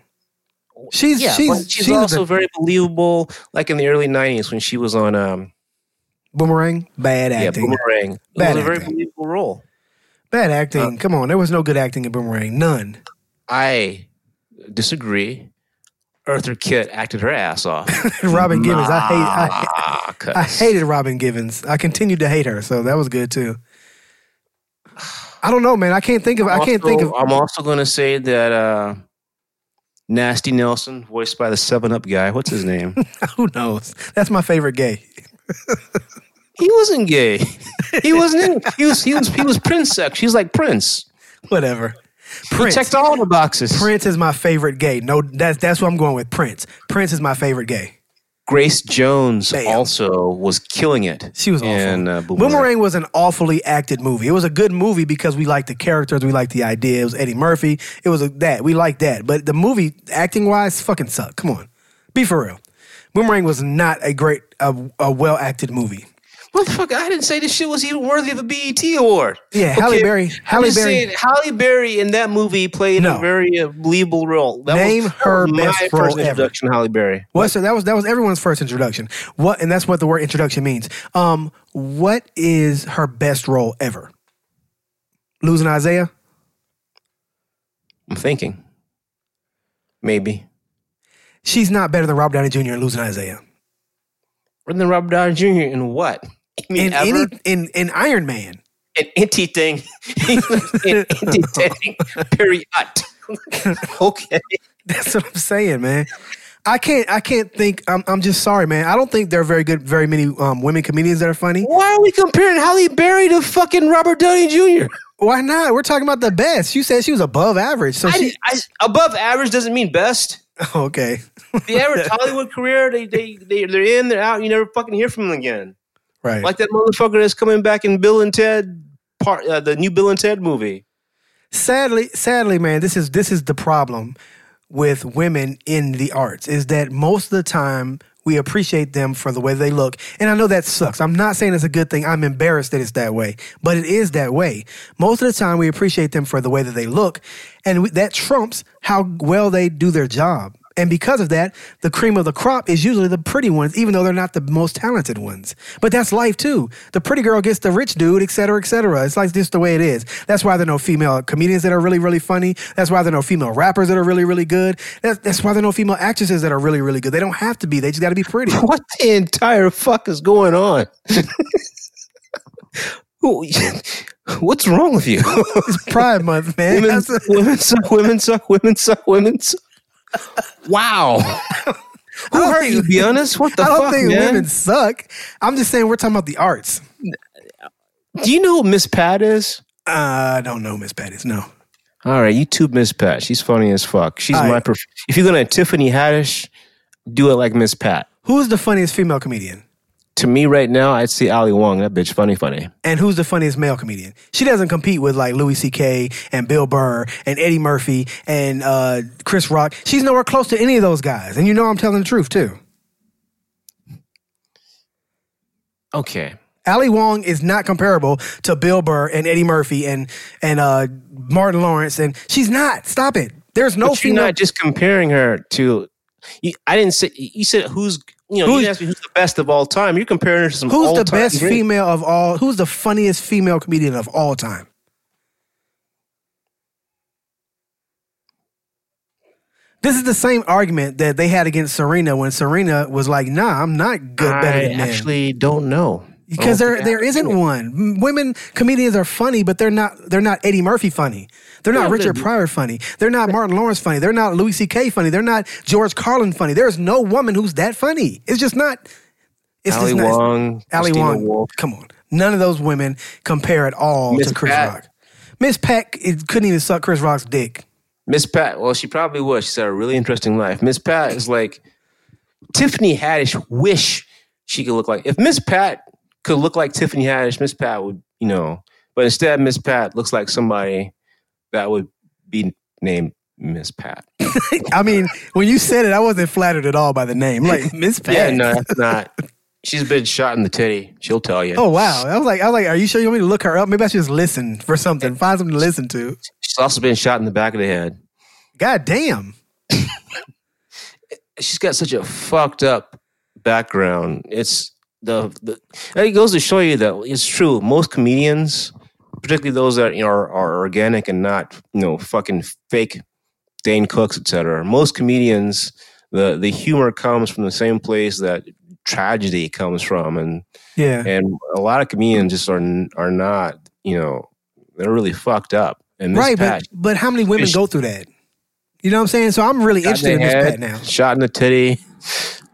C: She's
B: Yeah,
C: she's
B: but she's,
C: she's, the
B: also very believable. Like in the early '90s when she was on, um,
C: boomerang. Bad
B: yeah,
C: acting.
B: Boomerang. It
C: Bad
B: was a very
C: acting.
B: believable role.
C: Bad acting.
B: Uh.
C: Come on, there was no good acting in boomerang. None. [laughs]
B: I disagree. Arthur Kitt acted her ass
C: [laughs]
B: off.
C: Robin Givens. I hate. I,
B: Ah,
C: I
B: cuss.
C: hated Robin Givens. I continued to hate her, so that was good too. I don't know, man. I can't think of. I can't think of.
B: Also, I'm also going to say that uh, Nasty Nelson, voiced by the Seven Up guy, what's his name?
C: [laughs] Who knows? That's my favorite gay. [laughs]
B: he wasn't gay. He wasn't. In, he was. He was. He was Prince sex. He's like Prince.
C: Whatever.
B: He
C: Prince.
B: checked all the boxes.
C: Prince is my favorite gay. No, that's that's what I'm going with. Prince. Prince is my favorite gay.
B: Grace Jones
C: Bam.
B: also was killing it.
C: She was awful.
B: in, uh,
C: Boomerang. was an awfully acted movie. It was a good movie because we liked the characters, we liked the idea. It was Eddie Murphy. It was a, that we liked that. But the movie, acting wise, fucking sucked. Come on, be for real. Boomerang was not a great, a, a well acted movie.
B: Motherfucker, I didn't say this shit was even worthy of a BET award.
C: Yeah, Halle Berry.
B: I'm
C: Halle
B: just
C: Berry.
B: saying, Halle Berry in that movie played
C: No.
B: a very uh, believable role. That
C: Name
B: was,
C: her
B: that was
C: best
B: my
C: role
B: first
C: ever.
B: introduction, to Halle Berry.
C: What? So that was that was everyone's first introduction. What? And that's what the word introduction means. Um, what is her best role ever? Losing Isaiah.
B: I'm thinking, maybe.
C: She's not better than Rob Downey Jr. in Losing Isaiah.
B: And then Robert Downey Jr. in what? I mean,
C: In
B: ever?
C: any in in Iron Man. [laughs]
B: an inty thing, [laughs] an inty thing. Period. [laughs] okay.
C: That's what I'm saying, man. I can't. I can't think. I'm. I'm just sorry, man. I don't think there are very good, very many um, women comedians that are funny.
B: Why are we comparing Halle Berry to fucking Robert Downey Jr.?
C: Why not? We're talking about the best. You said she was above average, so
B: I
C: she.
B: didn't- I, above average doesn't mean best.
C: [laughs] Okay,
B: The [laughs] average Hollywood career, they they they they're in, they're out. You never fucking hear from them again.
C: right.
B: Like that motherfucker that's coming back in Bill and Ted part, uh, the new Bill and Ted movie.
C: sadly, sadly, man, this is this is the problem with women in the arts is that most of the time we appreciate them for the way they look. And I know that sucks. I'm not saying it's a good thing. I'm embarrassed that it's that way, but it is that way. Most of the time we appreciate them for the way that they look, and we, that trumps how well they do their job. And because of that, the cream of the crop is usually the pretty ones, even though they're not the most talented ones. But that's life too. The pretty girl gets the rich dude, et cetera, et cetera. It's like just the way it is. That's why there are no female comedians that are really, really funny. That's why there are no female rappers that are really, really good. That's, that's why there are no female actresses that are really, really good. They don't have to be. They just got to
B: [laughs]
C: be pretty.
B: What the entire fuck is going on? [laughs] What's wrong with you? [laughs]
C: It's Pride Month, man.
B: women,
C: That's a-
B: [laughs] women suck, women suck, women suck, women suck. Wow. Who
C: don't
B: hurt
C: think-
B: you, be honest? What the
C: I don't
B: fuck,
C: think
B: man?
C: women suck. I'm just saying we're talking about the arts.
B: Do you know who Miss Pat is?
C: Uh, I don't know, Miss Pettis. No.
B: All right, you tube Miss Pat. She's funny as fuck. She's
C: All
B: my
C: right.
B: pref- If you're going to Tiffany Haddish, do it like Miss Pat.
C: Who's the funniest female comedian?
B: To me right now, I'd see Ali Wong. That bitch funny funny.
C: and who's the funniest male comedian. She doesn't compete with like Louis C.K. and Bill Burr and Eddie Murphy and uh, Chris Rock. She's nowhere close to any of those guys. And you know I'm telling the truth too.
B: Okay.
C: Ali Wong is not comparable to Bill Burr and Eddie Murphy and and uh, Martin Lawrence, and she's not. Stop it. There's no
B: But you're
C: female.
B: not just comparing her to. You, I didn't say. You said who's you know.
C: Who's-
B: you asked me who's the best of all time. You're comparing her to some.
C: who's the
B: all-time
C: best
B: great.
C: female of all? Who's the funniest female comedian of all time? This is the same argument that they had against Serena when Serena was like, "Nah, I'm not good better
B: I
C: than men."
B: actually don't know.
C: because
B: I
C: there
B: don't think
C: there isn't one. M- Women comedians are funny, but they're not they're not Eddie Murphy funny. They're not
B: No,
C: Richard
B: they're-
C: Pryor funny. They're not Martin Lawrence funny. They're not Louis C.K. funny. They're not George Carlin funny. There is no woman who's that funny. It's just not. It's
B: Ali
C: just not,
B: Wong,
C: Ali
B: Christina
C: Wong.
B: Wolf.
C: Come on, none of those women compare at all
B: Miss
C: to Chris
B: Pat.
C: Rock. Miss Peck it couldn't even suck Chris Rock's dick.
B: Miss Pat, well, she probably was. She's had a really interesting life. Miss Pat is like Tiffany Haddish. Wish she could look like. If Miss Pat could look like Tiffany Haddish, Miss Pat would, you know. But instead, Miss Pat looks like somebody that would be named Miss
C: [laughs]
B: Pat.
C: I mean, when you said it, I wasn't flattered at all by the
B: [laughs]
C: name. Like Miss Peck.
B: Yeah, no, that's not. She's been shot in the titty. She'll tell you.
C: Oh wow! I was like, I was like, are you sure you want me to look her up? Maybe I should just listen for something, find something to listen to.
B: She's also been shot in the back of the head.
C: God damn!
B: she's got such a fucked up background. It's the, the it goes to show you that it's true. Most comedians, particularly those that you know, are, are organic and not you know fucking fake Dane Cooks, etc. Most comedians, the the humor comes from the same place that tragedy comes from, and
C: Yeah,
B: and a lot of comedians just are n- are not you know they're really fucked up. And Miss
C: right.
B: Pat,
C: But but how many women
B: Fish.
C: go through that? You know what I'm saying? So I'm really
B: shot
C: interested in
B: the
C: Miss
B: head,
C: Pat now.
B: shot in the titty.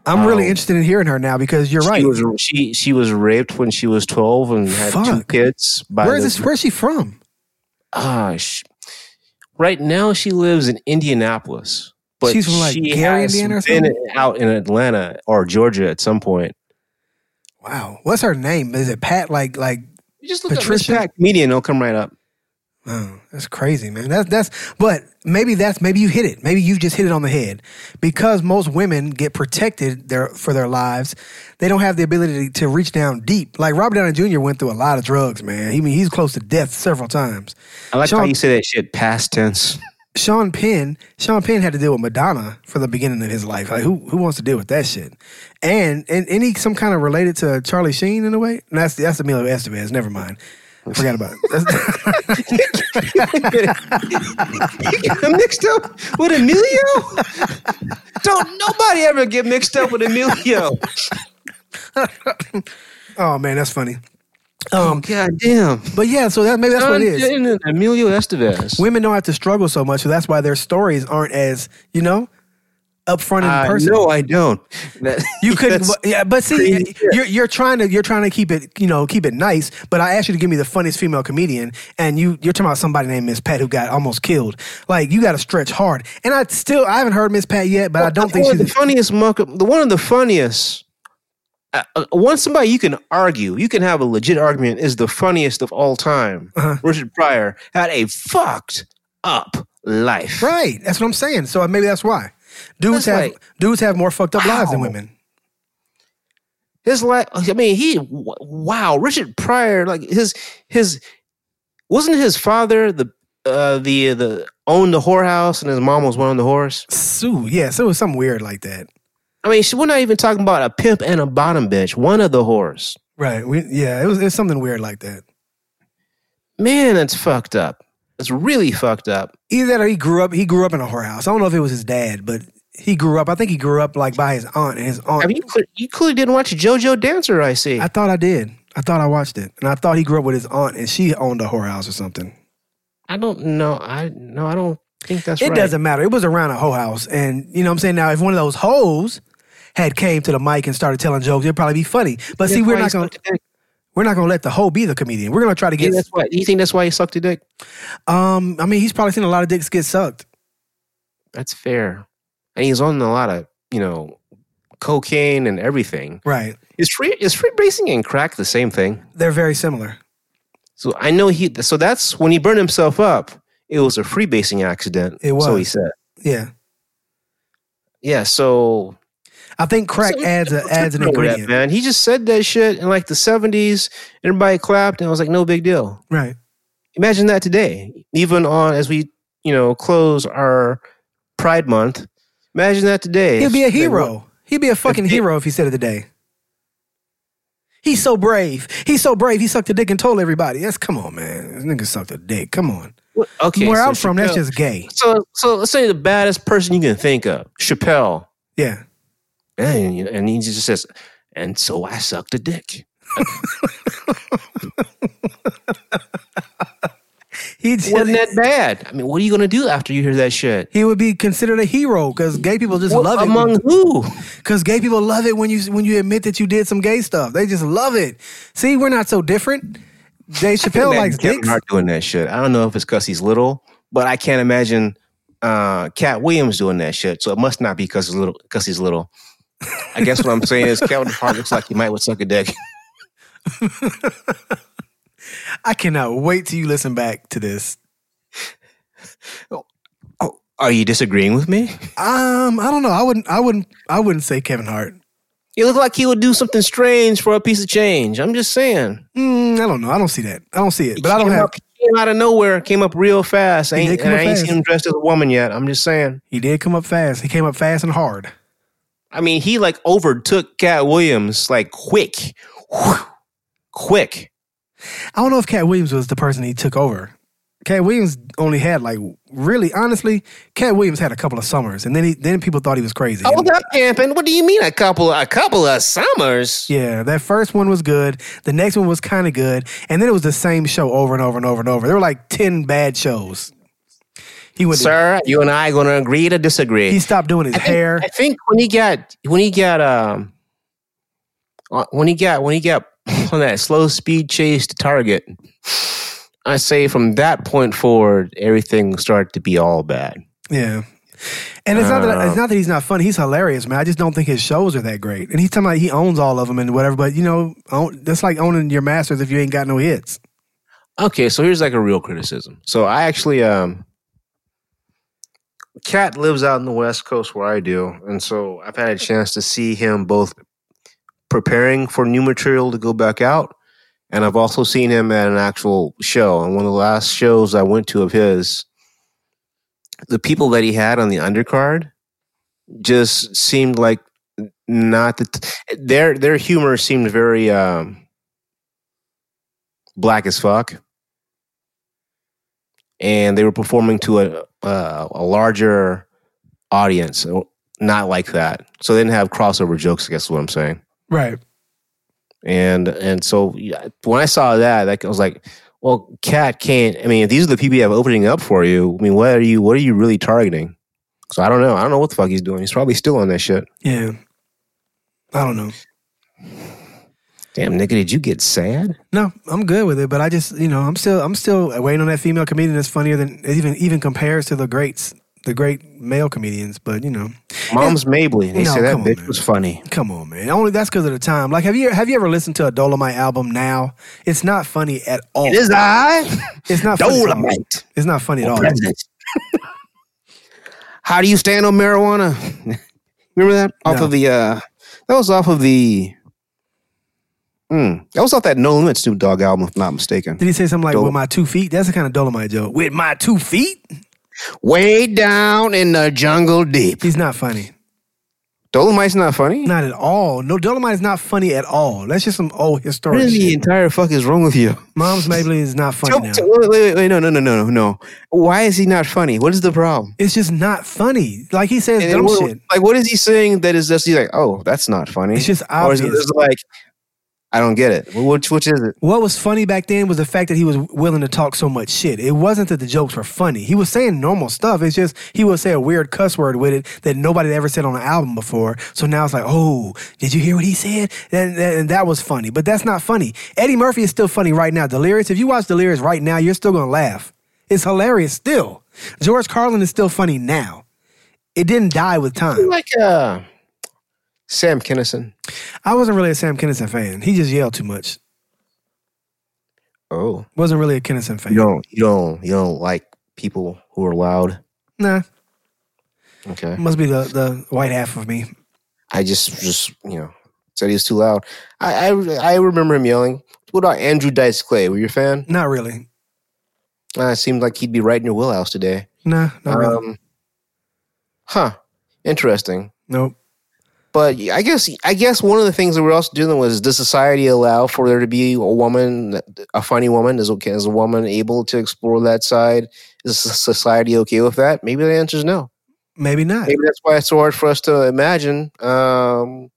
C: I'm really
B: Um,
C: interested in hearing her now because you're right.
B: She was she she was raped when she was twelve and had two
C: Fuck.
B: kids. By
C: Where is
B: the-
C: this? Where's she from?
B: Ah, sh- right now she lives in Indianapolis, but
C: She's from, like,
B: she
C: Gary,
B: has
C: Indiana or
B: been
C: something?
B: out in Atlanta or Georgia at some point.
C: Wow, what's her name? Is it Pat? Like like.
B: You just
C: look up Miss
B: Patricia
C: Pat.
B: comedian. It'll come right up.
C: Wow, that's crazy, man. That's that's. But maybe that's maybe you hit it. Maybe you just hit it on the head, because most women get protected their for their lives. They don't have the ability to, to reach down deep. Like Robert Downey Jr. went through a lot of drugs, man. He I mean he's close to death several times.
B: I like how
C: Sean-
B: you say that shit past
C: [laughs]
B: tense.
C: Sean Penn, Sean Penn had to deal with Madonna for the beginning of his life. Like who who wants to deal with that shit? And and any some kind of related to Charlie Sheen in a way. No, that's that's Emilio Estevez.
B: [laughs]
C: Never mind. I forgot about it. That's- [laughs]
B: mixed up with Emilio? [laughs] Don't nobody ever get mixed up with Emilio.
C: [laughs] oh man, that's funny. Um,
B: God damn.
C: But yeah, so that maybe that's what it is.
B: Emilio Estevez.
C: Women don't have to struggle so much, so that's why their stories aren't as you know upfront and
B: Uh,
C: personal.
B: No, I don't. [laughs] That-
C: you couldn't,
B: that's-
C: but- yeah. But see,
B: crazy shit.
C: you're you're trying to you're trying to keep it you know keep it nice. But I asked you to give me the funniest female comedian, and you you're talking about somebody named Miss Pat who got almost killed. Like you got to stretch hard, and I still I haven't heard Miss Pat yet, but I don't think
B: One of
C: she's
B: the funniest. Muck, the one of the funniest. Uh, uh, one somebody you can argue, you can have a legit argument is the funniest of all time.
C: Uh-huh.
B: Richard Pryor had a fucked up life.
C: right. That's what I'm saying. So maybe that's why
B: That's
C: dudes have
B: like-
C: dudes have more fucked up lives than
B: Wow.
C: women.
B: His life. I mean, he. w- Wow, Richard Pryor. Like his his. Wasn't his father the uh, the the owned the whorehouse and his mom was one on the horse?
C: Sue, yeah, so it was something weird like that.
B: I mean, she- we're not even talking about a pimp and a bottom bitch. One of the whores.
C: Right. We, yeah, it was, it was something weird like that.
B: Man, that's fucked up. That's really fucked up.
C: Either that or he grew up he grew up in a whorehouse. I don't know if it was his dad, but he grew up. I think he grew up like by his aunt and his aunt.
B: I mean, you, cle- you clearly didn't watch JoJo Dancer, I see.
C: I thought I did. I thought I watched it. And I thought he grew up with his aunt and she owned a whorehouse or something.
B: I don't know. I no, I don't think that's
C: it
B: right.
C: doesn't matter. It was around a whole house. And you know what I'm saying? Now if one of those hoes had came to the mic and started telling jokes, it'd probably be funny. But see,
B: That's
C: we're
B: why
C: not
B: he
C: gonna
B: sucked a dick.
C: we're not gonna let the hoe be the comedian. We're gonna try to
B: You think
C: get
B: that's why- you think that's why he sucked a dick?
C: um I mean he's probably seen a lot of dicks get sucked.
B: That's fair. And he's on a lot of you know cocaine and everything.
C: Right.
B: Is free is free bracing and crack the same thing?
C: They're very similar.
B: So I know he. So that's when he burned himself up. It was a freebasing accident.
C: It
B: So he
C: was.
B: said.
C: Yeah.
B: Yeah. So
C: I think crack adds a, adds an
B: No rap,
C: ingredient.
B: man. He just said that shit in like the 70s. Everybody clapped, and I was like, no big deal.
C: Right.
B: imagine that today even on as we you know close our pride month imagine that today
C: He'd be a
B: If-
C: hero. He'd be a fucking
B: if-
C: hero if he said it today. He's so brave. He's so brave. He sucked a dick and told everybody. That's come on, man. This nigga sucked a dick. Come on.
B: What- okay
C: Where
B: so
C: I'm from, that's
B: Chappelle-
C: just gay.
B: so so let's say the baddest person you can think of chappelle
C: Yeah.
B: and, you know, and he just says and so i sucked a dick
C: He just,
B: wasn't that bad i mean what are you going to do after you hear that shit
C: he would be considered a hero because gay people just
B: Well,
C: love it.
B: among who
C: Because gay people love it when you when you admit that you did some gay stuff. They just love it. See, we're not so different.
B: [laughs]
C: Dave Chappelle
B: Imagine
C: likes
B: Kevin
C: dicks.
B: Hart doing that shit i don't know if it's because he's little but i can't imagine uh cat williams doing that shit so it must not be because he's little because he's little i guess what i'm saying is kevin hart looks like he might would suck a dick [laughs]
C: I cannot wait till you listen back to this.
B: oh, are you disagreeing with me
C: Um, I don't know. I wouldn't. I wouldn't. I wouldn't say Kevin Hart.
B: you look like he would do something strange for a piece of change i'm just saying
C: Mm, I don't know. I don't see that. I don't see it. But I don't
B: Came
C: have.
B: up- came out of nowhere came up real fast I
C: He
B: ain't,
C: did come
B: and i
C: up
B: ain't
C: fast.
B: seen him dressed as a woman yet i'm just saying
C: He did come up fast. He came up fast and hard.
B: I mean, he like overtook Cat Williams like quick, Whew. quick.
C: I don't know if Cat Williams was the person he took over. Cat Williams only had like really honestly, Cat Williams had a couple of summers, and then he then people thought he was crazy.
B: Hold
C: And-
B: up, pimping. What do you mean a couple? A couple of summers?
C: Yeah, that first one was good. The next one was kind of good, and then it was the same show over and over and over and over. There were like ten bad shows. He went. to-
B: Sir, you and I going to agree to disagree.
C: he stopped doing his
B: I think-
C: hair.
B: I think when he got when he got um uh, when he got when he got [laughs] on that slow speed chase to Target, I say from that point forward, everything started to be all bad.
C: Yeah. And it's not that it's not that he's not funny. He's hilarious, man. I just don't think his shows are that great. And he's talking about he owns all of them and whatever. But you know, own, that's like owning your masters if you ain't got no hits.
B: Okay, so here's like a real criticism. So I actually um Cat lives out in the West Coast where I do, and so I've had a chance to see him both preparing for new material to go back out, and I've also seen him at an actual show. And one of the last shows I went to of his, the people that he had on the undercard just seemed like not the t- their their humor seemed very um black as fuck and they were performing to a uh, a larger audience uh, not like that so they didn't have crossover jokes i guess is what i'm saying
C: Right.
B: and and so yeah, when i saw that like, i was like well cat can't i mean if these are the people you have opening up for you i mean what are you what are you really targeting so i don't know i don't know what the fuck he's doing he's probably still on that shit
C: Yeah. I don't know.
B: damn nigga did you get sad
C: No, I'm good with it. But I just you know I'm still I'm still waiting on that female comedian that's funnier than even even compares to the greats the great male comedians. But you know,
B: mom's mabley they
C: No,
B: say that
C: come on,
B: bitch
C: man.
B: was funny
C: Come on, man. Only that's because of the time. Like, have you have you ever listened to a Dolomite album now? It's not funny at all.
B: it is i [laughs]
C: It's not funny at all.
B: dolomite
C: It's not funny at all.
B: president. How do you stand on marijuana? [laughs] Remember that off
C: No.
B: of the uh that was off of the Mm, that was off that No Limit Snoop Dogg album, if not mistaken.
C: Did he say something like
B: Dol-
C: "with my two feet"? That's the kind of Dolomite joke. With my two feet,
B: Way down in the jungle deep.
C: he's not funny.
B: Dolomite's not funny.
C: Not at all. No, Dolomite is not funny at all. That's just some old
B: What
C: historic
B: in the
C: shit.
B: entire fuck is wrong with
C: [laughs]
B: you?
C: Mom's Maybelline is not
B: Tell-
C: funny now.
B: tell- Wait, wait, wait, no, no, no, no, no, no. Why is he not funny? What is the problem?
C: It's just not funny. Like he says
B: And
C: dumb
B: what-
C: shit.
B: Like, what is he saying that is just he's like, oh, that's not funny?
C: It's just
B: or is it
C: obvious.
B: just like, I don't get it. Which which is it?
C: What was funny back then was the fact that he was willing to talk so much shit. It wasn't that the jokes were funny. He was saying normal stuff. It's just he would say a weird cuss word with it that nobody had ever said on an album before. So now it's like, oh, did you hear what he said? And, and, and that was funny. But that's not funny. Eddie Murphy is still funny right now. Delirious, if you watch Delirious right now, you're still going to laugh. It's hilarious still. George Carlin is still funny now. It didn't die with time.
B: like uh, Sam Kinison.
C: I wasn't really a Sam Kinison fan. He just yelled too much.
B: Oh,
C: Wasn't really a Kinison fan.
B: you don't, you don't, you don't like people who are loud.
C: Nah.
B: Okay,
C: Must be the, the white half of me.
B: I just just you know said he was too loud. I I, I remember him yelling. What about Andrew Dice Clay? Were you a fan?
C: Not really.
B: Uh, it seemed like he'd be right in your wheelhouse today.
C: Nah, not really.
B: Um, huh. Interesting.
C: Nope.
B: But I guess I guess one of the things that we're also dealing with is does society allow for there to be a woman, a funny woman? Is okay? Is a woman able to explore that side? Is society okay with that? Maybe the answer is no.
C: Maybe not.
B: Maybe that's why it's so hard for us to imagine. Um,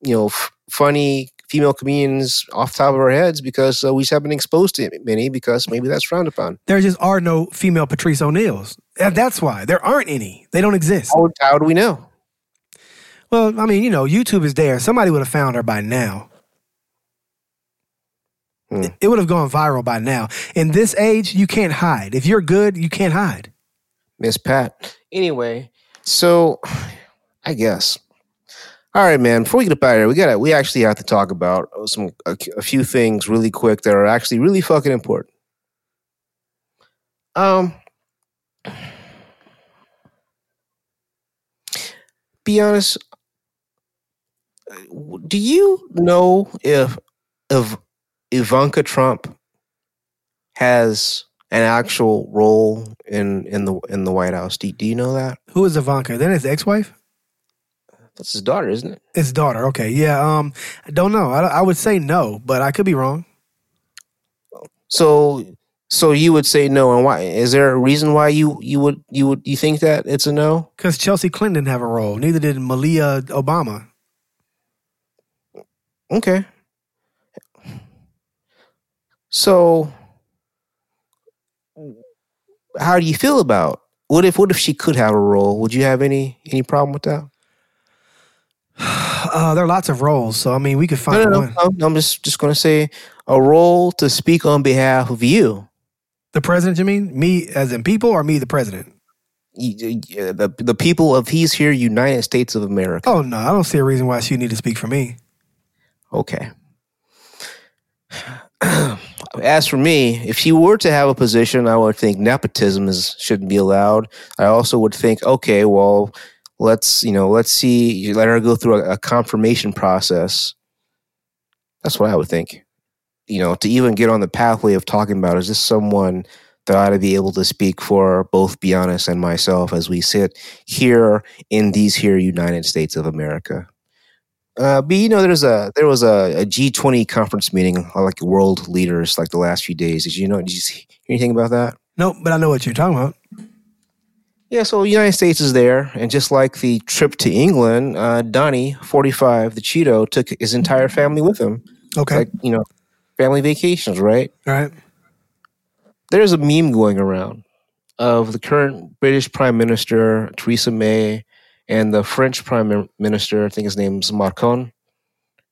B: you know, f- funny female comedians off the top of our heads because uh, we just haven't been exposed to many because maybe that's frowned upon.
C: There just are no female Patrice O'Neills. And That's why there aren't any. They don't exist.
B: How, how do we know?
C: Well, I mean, you know, YouTube is there. Somebody would have found her by now.
B: Hmm.
C: It- It would have gone viral by now. In this age, you can't hide. If you're good, you can't hide.
B: Miss Pat. Anyway, so I guess. All right, man. Before we get up out of here, we gotta we actually have to talk about some a, a few things really quick that are actually really fucking important. Um, be honest. Do you know if if Ivanka Trump has an actual role in in the in the White House. Do, do you know that?
C: Who is Ivanka? Then his ex-wife?
B: That's his daughter, isn't it?
C: His daughter. Okay. Yeah. Um. I Don't know. I, I would say no, but I could be wrong.
B: So so you would say no, and why? Is there a reason why you you would you would you think that it's a no?
C: Because Chelsea Clinton didn't have a role. Neither did Malia Obama.
B: Okay. So how do you feel about what if what if she could have a role? Would you have any any problem with that?
C: [sighs] Uh, there are lots of roles, so I mean, we could
B: No,
C: find
B: no,
C: one.
B: no, no. I'm just just gonna say a role to speak on behalf of you.
C: The president, you mean? Me as in people, or me the president?
B: you- you- the the people of he's here United States of America.
C: Oh no, I don't see a reason why she need to speak for me.
B: Okay. [sighs] As for me, if she were to have a position, I would think nepotism is shouldn't be allowed. I also would think, okay, well, let's you know, let's see, you let her go through a, a confirmation process. That's what I would think. You know, to even get on the pathway of talking about is this someone that ought to be able to speak for both Be Honest and myself as we sit here in these here United States of America. Uh, but you know, there's a there was a, a G20 conference meeting, uh, like world leaders, like the last few days. Did you know? Did you see anything about that?
C: Nope, but I know what you're talking about.
B: Yeah, so United States is there, and just like the trip to England, uh, Donnie, 45, the Cheeto, took his entire family with him.
C: Okay,
B: Like you know, family vacations, right?
C: all right.
B: there's a meme going around of the current British Prime Minister Theresa May and the French Prime Min- Minister, I think his name's Marcon,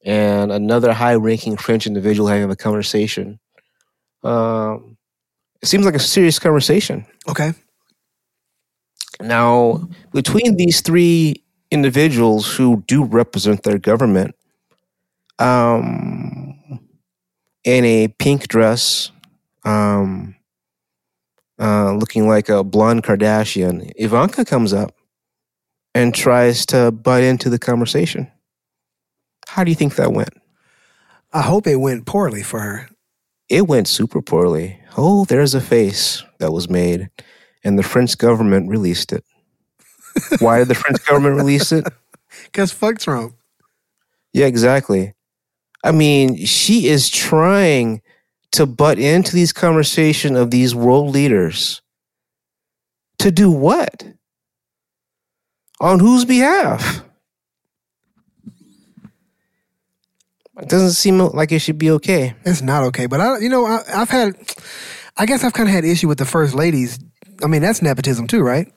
B: and another high-ranking French individual having a conversation. Um, it seems like a serious conversation.
C: Okay,
B: Now, between these three individuals who do represent their government, um, in a pink dress, um, uh, looking like a blonde Kardashian, Ivanka comes up and tries to butt into the conversation. How do you think that went?
C: I hope it went poorly for her.
B: It went super poorly. Oh, there's a face that was made, and the French government released it. Why did the French government release it?
C: Cause fuck Trump.
B: Yeah, exactly. I mean, she is trying to butt into these conversation of these world leaders to do what? On whose behalf? It doesn't seem like it should be okay.
C: It's not okay. But I, you know, I, I've had, I guess I've kind of had issue with the first ladies. I mean, that's nepotism too, right?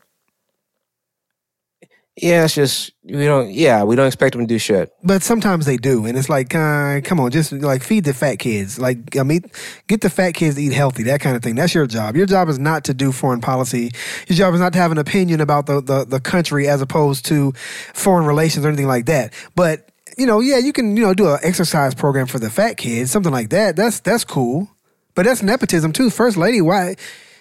B: Yeah, it's just we don't. Yeah, we don't expect them to do shit.
C: But sometimes they do, and it's like, uh, come on, just like feed the fat kids. Like, I mean, get the fat kids to eat healthy, that kind of thing. That's your job. Your job is not to do foreign policy. Your job is not to have an opinion about the, the, the country as opposed to foreign relations or anything like that. But you know, yeah, you can you know do an exercise program for the fat kids, something like that. That's that's cool. But that's nepotism too. First lady, why?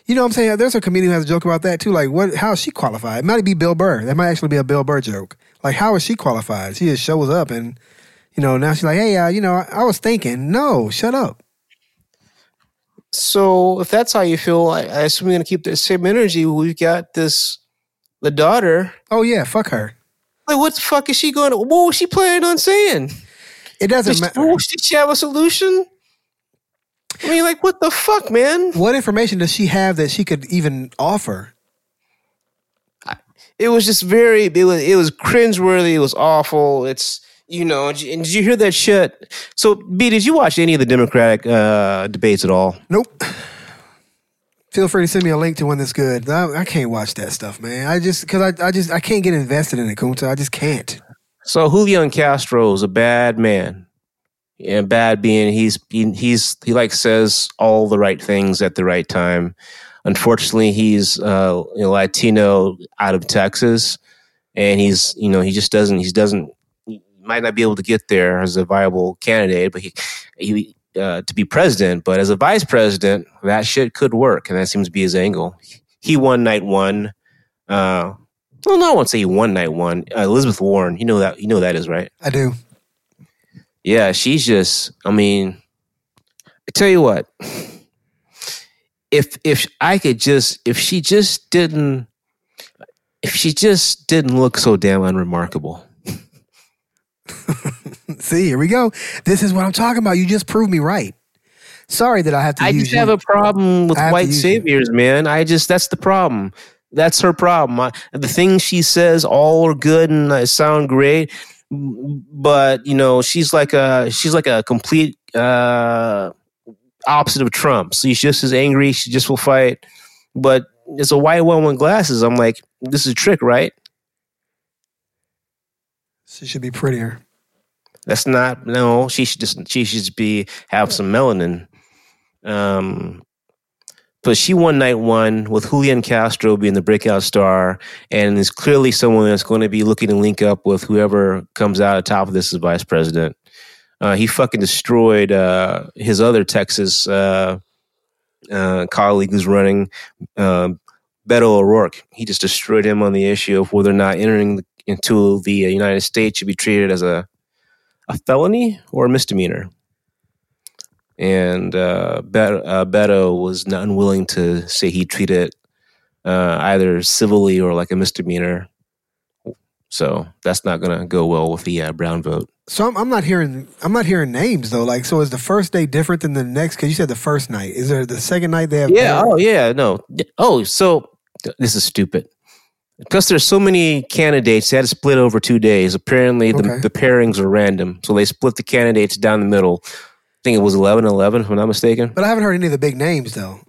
C: You know what I'm saying? There's a comedian who has a joke about that too. Like, what? How is she qualified? It might be Bill Burr. That might actually be a Bill Burr joke. Like, how is she qualified? She just shows up and, you know, now she's like, hey, uh, you know, I, I was thinking, no, shut up.
B: So if that's how you feel, I, I assume you're gonna keep the same energy. We've got this, the daughter.
C: Oh, yeah, fuck her.
B: Like, what the fuck is she going? to What was she planning on saying?
C: It doesn't
B: Did she,
C: matter.
B: did she have a solution? I mean, like, what the fuck, man?
C: What information does she have that she could even offer?
B: It was just very. It was it was cringeworthy. It was awful. It's you know. And did you hear that shit? So, B, did you watch any of the Democratic uh, debates at all?
C: Nope. [sighs] Feel free to send me a link to one that's good. I, I can't watch that stuff, man. I just because I, I just I can't get invested in it, Kunta. I just can't.
B: So Julian Castro is a bad man, and bad being he's he, he's he like says all the right things at the right time. Unfortunately, he's uh, you know, Latino out of Texas, and he's you know he just doesn't he doesn't he might not be able to get there as a viable candidate, but he he. Uh, to be president, but as a vice president, that shit could work, and that seems to be his angle. He won night one. Uh, well, no, I won't say he won night one. Uh, Elizabeth Warren, you know that you know who that is right.
C: I do.
B: Yeah, she's just. I mean, I tell you what. If if I could just if she just didn't if she just didn't look so damn unremarkable.
C: See, here we go. This is what I'm talking about. You just proved me right. Sorry that I have to.
B: I
C: use
B: just
C: you.
B: have a problem with
C: I have to
B: white
C: use you.
B: saviors, man. I just that's the problem. That's her problem. I, the things she says all are good and uh, sound great, m- but you know she's like a she's like a complete uh, opposite of Trump. She's just as angry. She just will fight. But it's a white woman with glasses. I'm like, this is a trick, right?
C: She should be prettier.
B: That's not no. She should just she should just be have some melanin. Um, but she won night one with Julian Castro being the breakout star, and is clearly someone that's going to be looking to link up with whoever comes out atop of this as vice president. Uh, he fucking destroyed uh, his other Texas uh, uh, colleague who's running, uh, Beto O'Rourke. He just destroyed him on the issue of whether or not entering the, into the United States should be treated as a a felony or a misdemeanor. And uh, Bet- uh, Beto was not unwilling to say he treated it uh, either civilly or like a misdemeanor. So that's not going to go well with the uh, Brown vote.
C: So I'm, I'm not hearing. I'm not hearing names though. Like, so is the first day different than the next? Because you said the first night. Is there the second night they have?
B: Yeah. Oh, yeah. No. Oh, so this is stupid. Because there's so many candidates, they had to split over two days. Apparently, the,
C: Okay.
B: the pairings are random. So they split the candidates down the middle. I think it was 11 11, if I'm not mistaken.
C: But I haven't heard any of the big names though.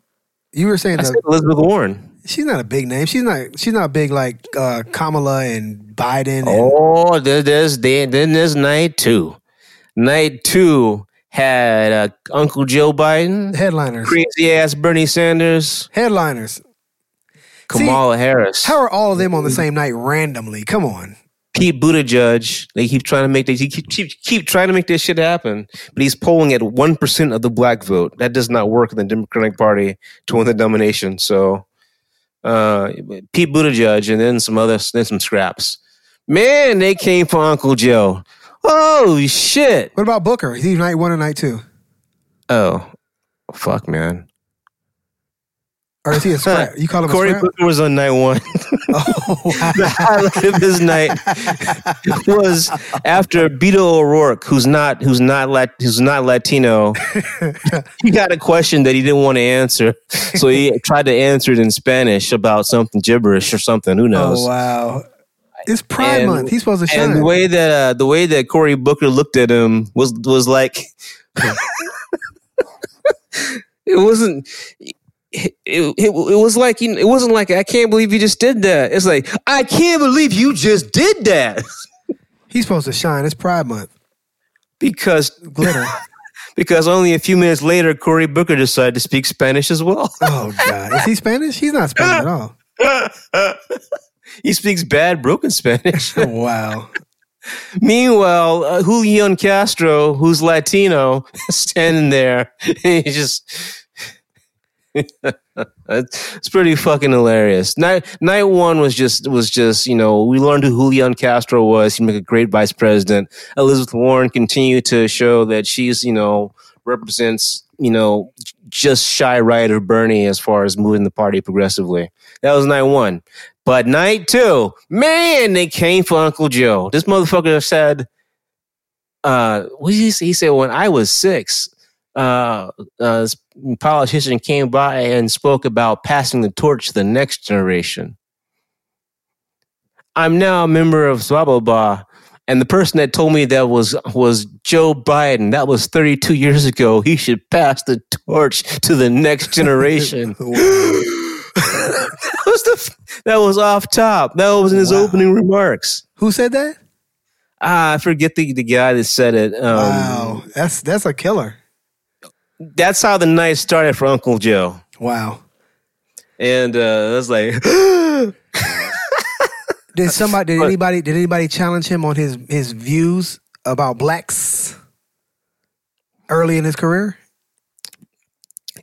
C: You were saying
B: I
C: that
B: said Elizabeth Warren.
C: she's not a big name. She's not. She's not big like uh, Kamala and Biden. And,
B: Oh, there- there's then then there's night two. Night two had uh, Uncle Joe Biden,
C: headliners.
B: crazy ass Bernie Sanders,
C: headliners.
B: Kamala Harris,
C: How are all of them on the same night randomly? Come on.
B: Pete Buttigieg. They keep trying to make they keep, keep keep trying to make this shit happen, but he's polling at one percent of the black vote. That does not work in the Democratic Party to win the nomination. So, uh, Pete Buttigieg, and then some other then some scraps. Man, they came for Uncle Joe. Oh shit.
C: What about Booker? Is he night one or night two?
B: Oh, fuck, man. [laughs]
C: Or is he a scrap? You call him
B: Cory
C: a scrap?
B: Booker was on night one.
C: Oh, [laughs] wow.
B: the highlight of his night was after Beto O'Rourke, who's not who's not Lat, who's not Latino. he got a question that he didn't want to answer, so he tried to answer it in Spanish about something gibberish or something. Who knows?
C: Oh wow! It's Pride
B: And-
C: Month. He's supposed to shine.
B: And the way that uh, the way that Cory Booker looked at him was was like [laughs] it wasn't. It, it, it was like you know, it wasn't like I can't believe you just did that. It's like I can't believe you just did that [laughs]
C: He's supposed to shine. It's Pride Month.
B: because [laughs]
C: Glitter.
B: because only a few minutes later Cory Booker decided to speak Spanish as well. [laughs]
C: oh God! Is he Spanish? He's not Spanish at all.
B: he speaks bad broken Spanish.
C: Wow!
B: Meanwhile, uh, Julian [laughs] Castro, who's Latino, standing there, and he's just It's it's pretty fucking hilarious. Night night one was just was just you know we learned who Julian Castro was. He made a great vice president. Elizabeth Warren continued to show that she's you know represents you know j- just shy right of Bernie as far as moving the party progressively. That was night one. But night two, man, they came for Uncle Joe. This motherfucker said, uh, what did he say? He said when I was six, uh, uh, this politician came by and spoke about passing the torch to the next generation. I'm now a member of blah blah blah, and the person that told me that was was Joe Biden. That was 32 years ago. He should pass the torch to the next generation. [laughs] that was the f- that was off top. That was in his
C: Wow.
B: opening remarks.
C: Who said that?
B: Ah, I forget the, the guy that said it. Um,
C: wow, that's that's a killer.
B: That's how the night started for Uncle Joe.
C: Wow.
B: And uh, I was like, [gasps] [laughs]
C: Did somebody? Did
B: But-
C: anybody? Did anybody challenge him on his his views about blacks early in his
B: [laughs]
C: career?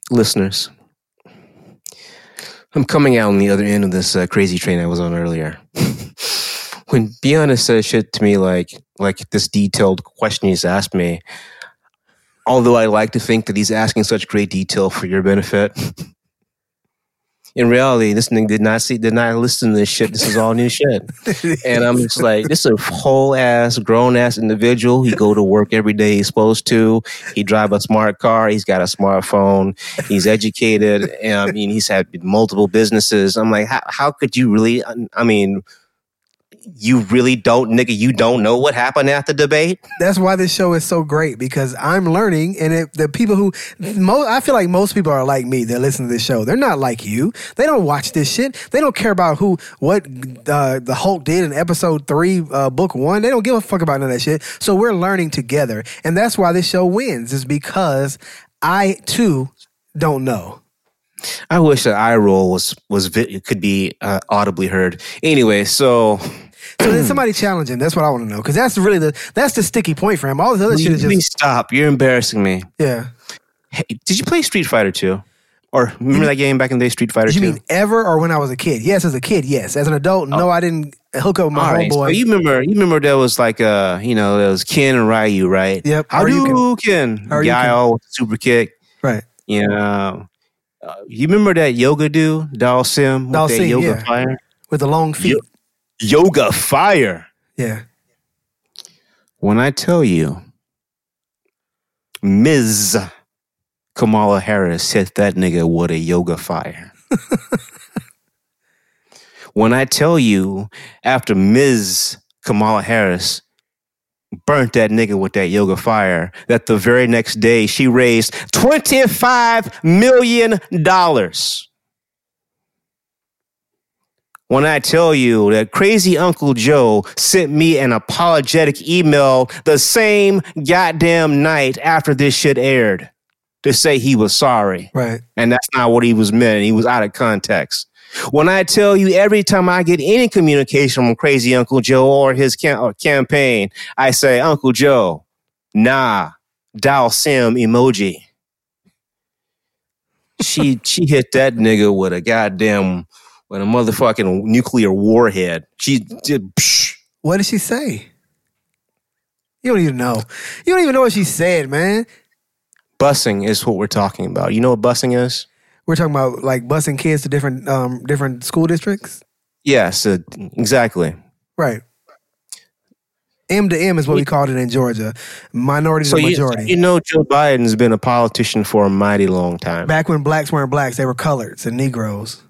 B: listeners, I'm coming out on the other end of this uh, crazy train I was on earlier. [laughs] when Biana says shit to me like like this detailed question he's asked me, although I like to think that he's asking such great detail for your benefit. [laughs] In reality, this nigga did not see, did not listen to this shit. This is all new shit. And I'm just like, this is a whole ass, grown ass individual. He go to work every day he's supposed to. He drive a smart car. He's got a smartphone. He's educated. And I mean, he's had multiple businesses. I'm like, how, how could you really? I mean, you really don't, nigga. You don't know what happened at the debate.
C: That's why this show is so great because I'm learning, and it, the people who, mo- I feel like most people are like me that listen to this show. They're not like you. They don't watch this shit. They don't care about who, what uh, the Hulk did in episode three, uh, book one. They don't give a fuck about none of that shit. So we're learning together, and that's why this show wins. Is because I too don't know.
B: I wish that eye roll was was vi- could be uh, audibly heard. Anyway, so
C: So then somebody challenge him. That's what I want to know because that's really the that's the sticky point for him. All this other shit
B: please,
C: is just
B: stop. You're embarrassing me.
C: yeah.
B: Hey, did you play Street Fighter 2? Or remember that game back in the day, Street Fighter 2?
C: Did you mean ever or when I was a kid? Yes, as a kid, yes. As an adult, no, I didn't hook up with my
B: Oh. All right, so
C: homeboy.
B: you remember, you remember there was like uh, you know, there was Ken and Ryu, right?
C: Yep,
B: Hadouken,
C: Hadouken.
B: Guile with the super kick.
C: right.
B: You know, uh, you remember that yoga dude, Dal Sim, with
C: Dal
B: that
C: Sim,
B: yoga
C: yeah.
B: fire,
C: With the long feet.
B: You- yoga fire.
C: Yeah.
B: When I tell you, Ms. Kamala Harris hit that nigga with a yoga fire. when I tell you, after Ms. Kamala Harris burnt that nigga with that yoga fire, that the very next day she raised $25 million. When I tell you that crazy Uncle Joe sent me an apologetic email the same goddamn night after this shit aired to say he was sorry.
C: Right.
B: And that's not what he was meant. He was out of context. When I tell you every time I get any communication from crazy Uncle Joe or his cam- or campaign, I say, Uncle Joe, nah, dial sim emoji. She she hit that nigga with a goddamn with a motherfucking nuclear warhead. She did psh,
C: What did she say? You don't even know. You don't even know what she said, man.
B: bussing is what we're talking about. You know what bussing is?
C: We're talking about like busing kids to different um different school districts.
B: Yes, uh, exactly.
C: Right. M to M is what we called it in Georgia. Minority
B: So
C: to
B: you,
C: majority.
B: you know Joe Biden's been a politician for a mighty long time.
C: Back when blacks weren't blacks, they were coloreds and Negroes.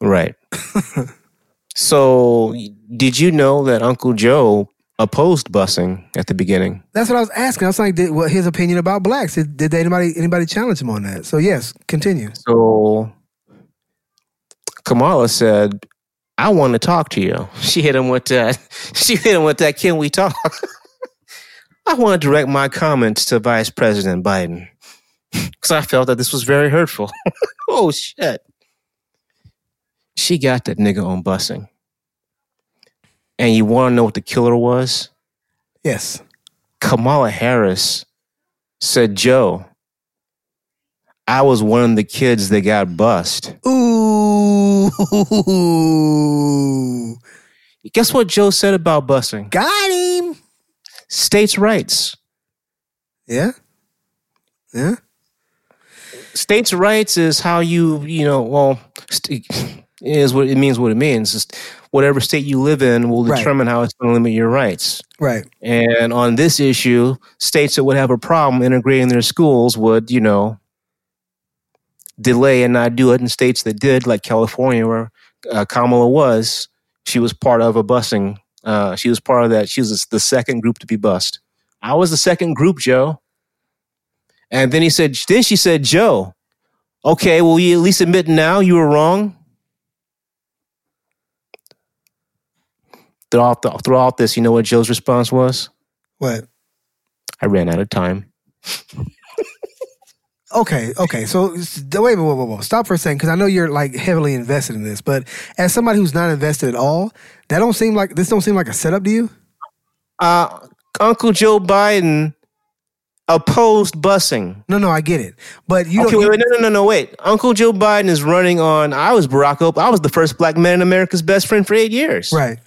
B: Right. so did you know that Uncle Joe opposed busing at the beginning?
C: That's what I was asking. I was like, did, what his opinion about blacks? Did, did anybody anybody challenge him on that? So yes, continue.
B: So Kamala said, I want to talk to you. [laughs] She hit him with that. [laughs] She hit him with that. Can we talk? [laughs] I want to direct my comments to Vice President Biden [laughs] because I felt that this was very hurtful. [laughs] oh, shit. She got that nigga on busing. And you want to know what the killer was?
C: Yes.
B: Kamala Harris said, Joe, I was one of the kids that got bust.
C: Ooh.
B: Guess what Joe said about busing?
C: Got him.
B: States' rights.
C: Yeah. Yeah.
B: States' rights is how you, you know, well, st- [laughs] is what it means. What it means is whatever state you live in will
C: Right.
B: determine how it's going to limit your rights.
C: Right.
B: And on this issue, states that would have a problem integrating their schools would, you know, delay and not do it. And states that did, like California, where uh, Kamala was, she was part of a busing. Uh, she was part of that. She was the second group to be bussed. I was the second group, Joe. And then he said, then she said, Joe, okay, well, you at least admit now you were wrong. Throughout, the, throughout this, you know what Joe's response was?
C: What?
B: I ran out of time.
C: Okay. Okay. So s- wait, whoa, whoa, whoa. Stop for a second, because I know you're like heavily invested in this, but as somebody who's not invested at all, that don't seem like this don't seem like a setup to you.
B: Uh, Uncle Joe Biden opposed busing.
C: No, no, I get it, but you
B: Okay,
C: don't.
B: wait, wait, no, no, no, no, wait. Uncle Joe Biden is running on. I was Barack Obama. I was the first black man in America's best friend for eight years.
C: Right.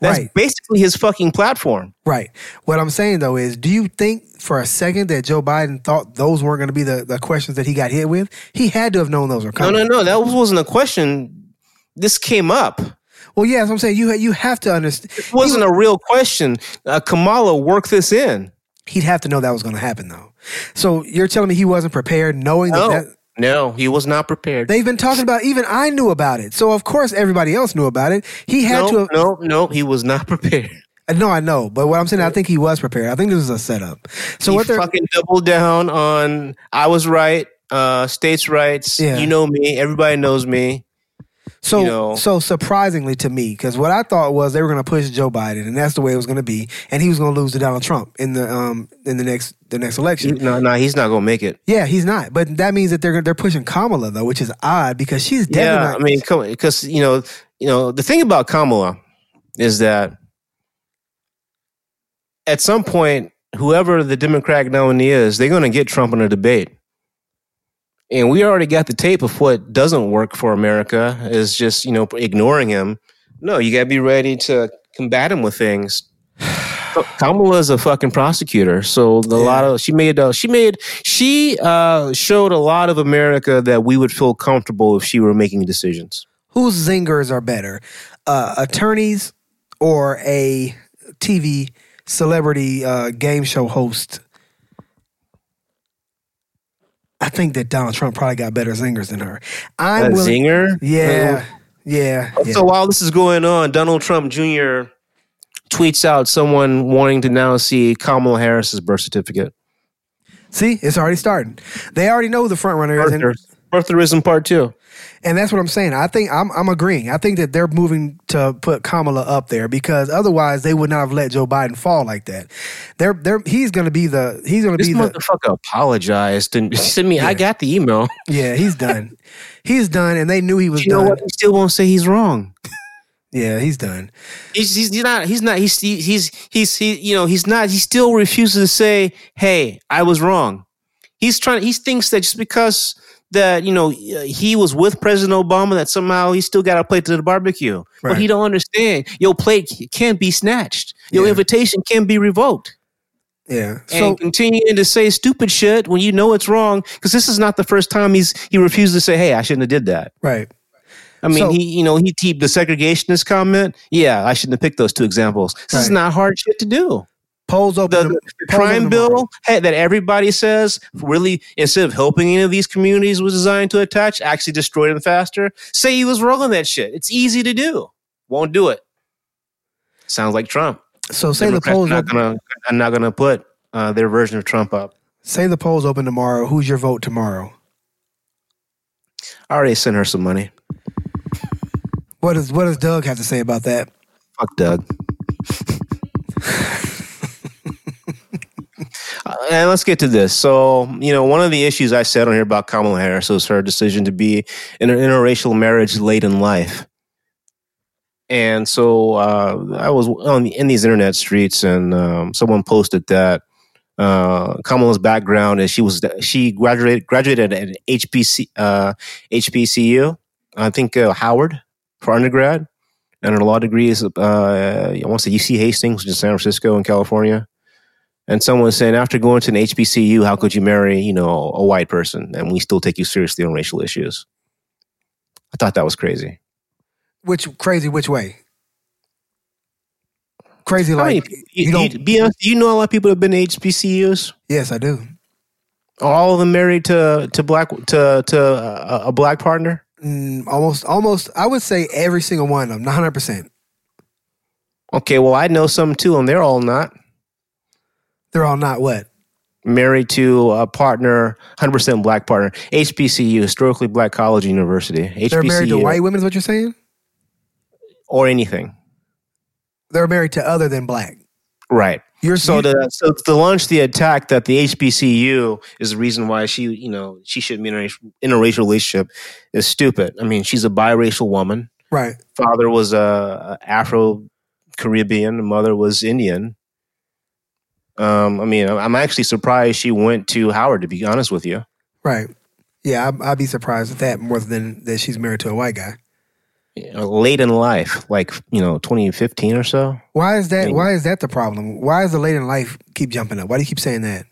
B: That's
C: right.
B: basically his fucking platform.
C: Right. What I'm saying though is, do you think for a second that Joe Biden thought those weren't going to be the, the questions that he got hit with? He had to have known those were
B: No,
C: coming.
B: no, no. That wasn't a question. This came up. It
C: Well, yeah, that's what I'm saying. You ha- you have to understand.
B: wasn't a real question. Uh, Kamala worked this in.
C: He'd have to know that was going to happen though. So you're telling me he wasn't prepared, knowing that,
B: No,
C: that
B: no, he was not prepared.
C: they've been talking about. Even I knew about it. So of course everybody else knew about it. He had to.
B: No,
C: Have,
B: no, no, he was not [laughs] prepared.
C: Uh, no, I know. But what I'm saying, I think he was prepared. I think this was a setup. So
B: he
C: what they're
B: fucking doubled down on I was right, uh states' rights.
C: Yeah.
B: You know me, everybody knows me.
C: So,
B: you know.
C: so surprisingly to me, because what I thought was they were going to push Joe Biden, and that's the way it was going to be, and he was going to lose to Donald Trump in the um in the next the next
B: He-
C: election.
B: No, no, he's not gonna make it.
C: Yeah, he's not, but that means that they're they're pushing Kamala though, which is odd because she's definitely
B: yeah,
C: not-
B: I mean, come because you know, you know, the thing about Kamala is that at some point, whoever the Democratic nominee is, they're gonna get Trump in a debate. And we already got the tape of what doesn't work for America is just, you know, ignoring him. No, you gotta be ready to combat him with things. Kamala is a fucking prosecutor, so the
C: Yeah.
B: lot of she made uh, she made she uh, showed a lot of America that we would feel comfortable if she were making decisions.
C: whose zingers are better, uh, attorneys or a TV celebrity uh, game show host? I think that Donald Trump probably got better zingers than her.
B: A
C: I'm willing.
B: zinger,
C: Yeah. Yeah. yeah.
B: So while this is going on, Donald Trump Jr. tweets out someone wanting to now see Kamala Harris's birth certificate.
C: See, it's already starting. They already know who the front runner is,
B: Birther,
C: and,
B: birtherism part two.
C: and that's what I'm saying. I think I'm, I'm agreeing. I think that they're moving to put Kamala up there because otherwise they would not have let Joe Biden fall like that. They're, they're he's going to be the he's going to
B: This
C: be the
B: motherfucker apologized and [laughs] he said, "Me, I got the email."
C: yeah he's done, he's done, and they knew he was
B: You know
C: done.
B: what? He still won't say he's wrong.
C: Yeah, he's done.
B: He's, he's he's not he's not he's he- he's he's he you know he's not he still refuses to say hey I was wrong. He's trying he thinks that just because that you know he was with President Obama that somehow he still got a plate to the barbecue. But he
C: Right.
B: don't understand your plate can't be snatched. Your
C: Yeah.
B: invitation can be revoked.
C: Yeah. So
B: And continuing to say stupid shit when you know it's wrong because this is not the first time he's he refused to say hey I shouldn't have did that.
C: right.
B: I mean,
C: So-
B: he, you know, he teed the segregationist comment. Yeah, I shouldn't have picked those two examples. This is
C: Right.
B: not hard shit to do.
C: Polls open.
B: The,
C: tom-
B: the
C: polls open
B: crime
C: tomorrow.
B: bill hey, that everybody says really, instead of helping any of these communities, was designed to attach, actually destroy them faster. Say he was rolling that shit. It's easy to do. Won't do it. Sounds like Trump.
C: So say the
B: Democrats
C: polls
B: not
C: open.
B: gonna, are not going to put uh, their version of Trump up.
C: Say the polls open tomorrow. Who's your vote tomorrow?
B: I already sent her some money.
C: What does what does Doug have to say about that?
B: Fuck Doug. [laughs] Uh, and let's get to this. So, you know, one of the issues I said on here about Kamala Harris was her decision to be in an interracial marriage late in life. And so uh, I was on in these internet streets, and um, someone posted that Uh, Kamala's background is she was she graduated graduated at an HBC uh, HBCU, I think uh, Howard for undergrad, and her law degree is uh, I want to say UC Hastings, which is San Francisco in California. And someone saying after going to an HBCU, how could you marry you know a white person and we still take you seriously on racial issues? I thought that was crazy.
C: Which crazy? Which way? Crazy
B: I mean,
C: like you
B: you,
C: don't.
B: you, be honest, you know a lot of people have been to HBCUs.
C: yes, I do.
B: Are all of them married to to black to to uh, a black partner?
C: Mm, almost, almost. I would say every single one of them, one hundred percent.
B: Okay, well I know some too, and they're all not
C: They're all not what.
B: married to a partner, hundred percent black partner. HBCU, historically black college university. HBCU
C: They're married to white women. Is what you're saying?
B: or anything,
C: They're married to other than black.
B: right?
C: You're
B: So
C: you-
B: to so to launch the attack that the HBCU is the reason why she you know she shouldn't be in a interracial relationship is stupid. I mean she's a biracial woman.
C: right.
B: father was uh, Afro Caribbean, mother was Indian. Um, I mean, I'm actually surprised she went to Howard. To be honest with you,
C: Right. Yeah, I, I'd be surprised at that more than that she's married to a white guy.
B: You know, late in life, like you know, 2015 or so.
C: Why is that?
B: Yeah.
C: Why is that the problem? Why is the late in life keep jumping up? Why do you keep saying that?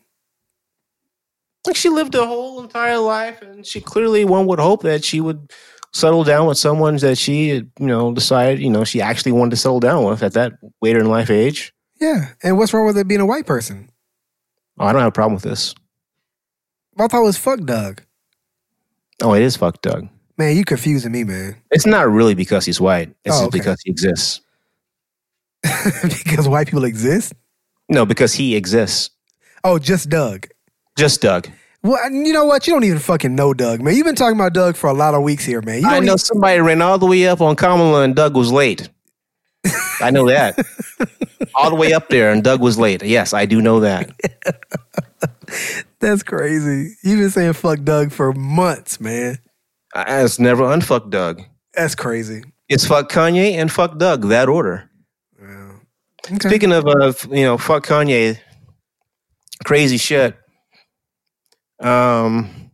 B: Like she lived a whole entire life, and she clearly one would hope that she would settle down with someone that she you know decided you know she actually wanted to settle down with at that later in life age.
C: Yeah, and what's wrong with it being a white person?
B: Oh, I don't have a problem with this.
C: I thought it was fuck Doug.
B: Oh, it is fucked, Doug.
C: Man, you confusing me, man.
B: It's not really because he's white. It's
C: Oh,
B: just
C: okay.
B: because he exists.
C: [laughs] because white people exist.
B: No, because he exists.
C: Oh, just Doug.
B: Just Doug.
C: Well, and you know what? You don't even fucking know Doug, man. You've been talking about Doug for a lot of weeks here, man. You
B: I
C: don't
B: know
C: even-
B: somebody ran all the way up on Kamala and Doug was
C: [laughs]
B: late. I know that. all the way up there and Doug was late. Yes, I do know
C: [laughs]
B: that.
C: that's crazy. You've been saying fuck Doug for months, man.
B: I, it's never unfuck Doug.
C: That's crazy.
B: It's fuck Kanye and fuck Doug, that order.
C: Wow. Okay.
B: Speaking of, uh, f- you know, fuck Kanye, crazy shit. Um,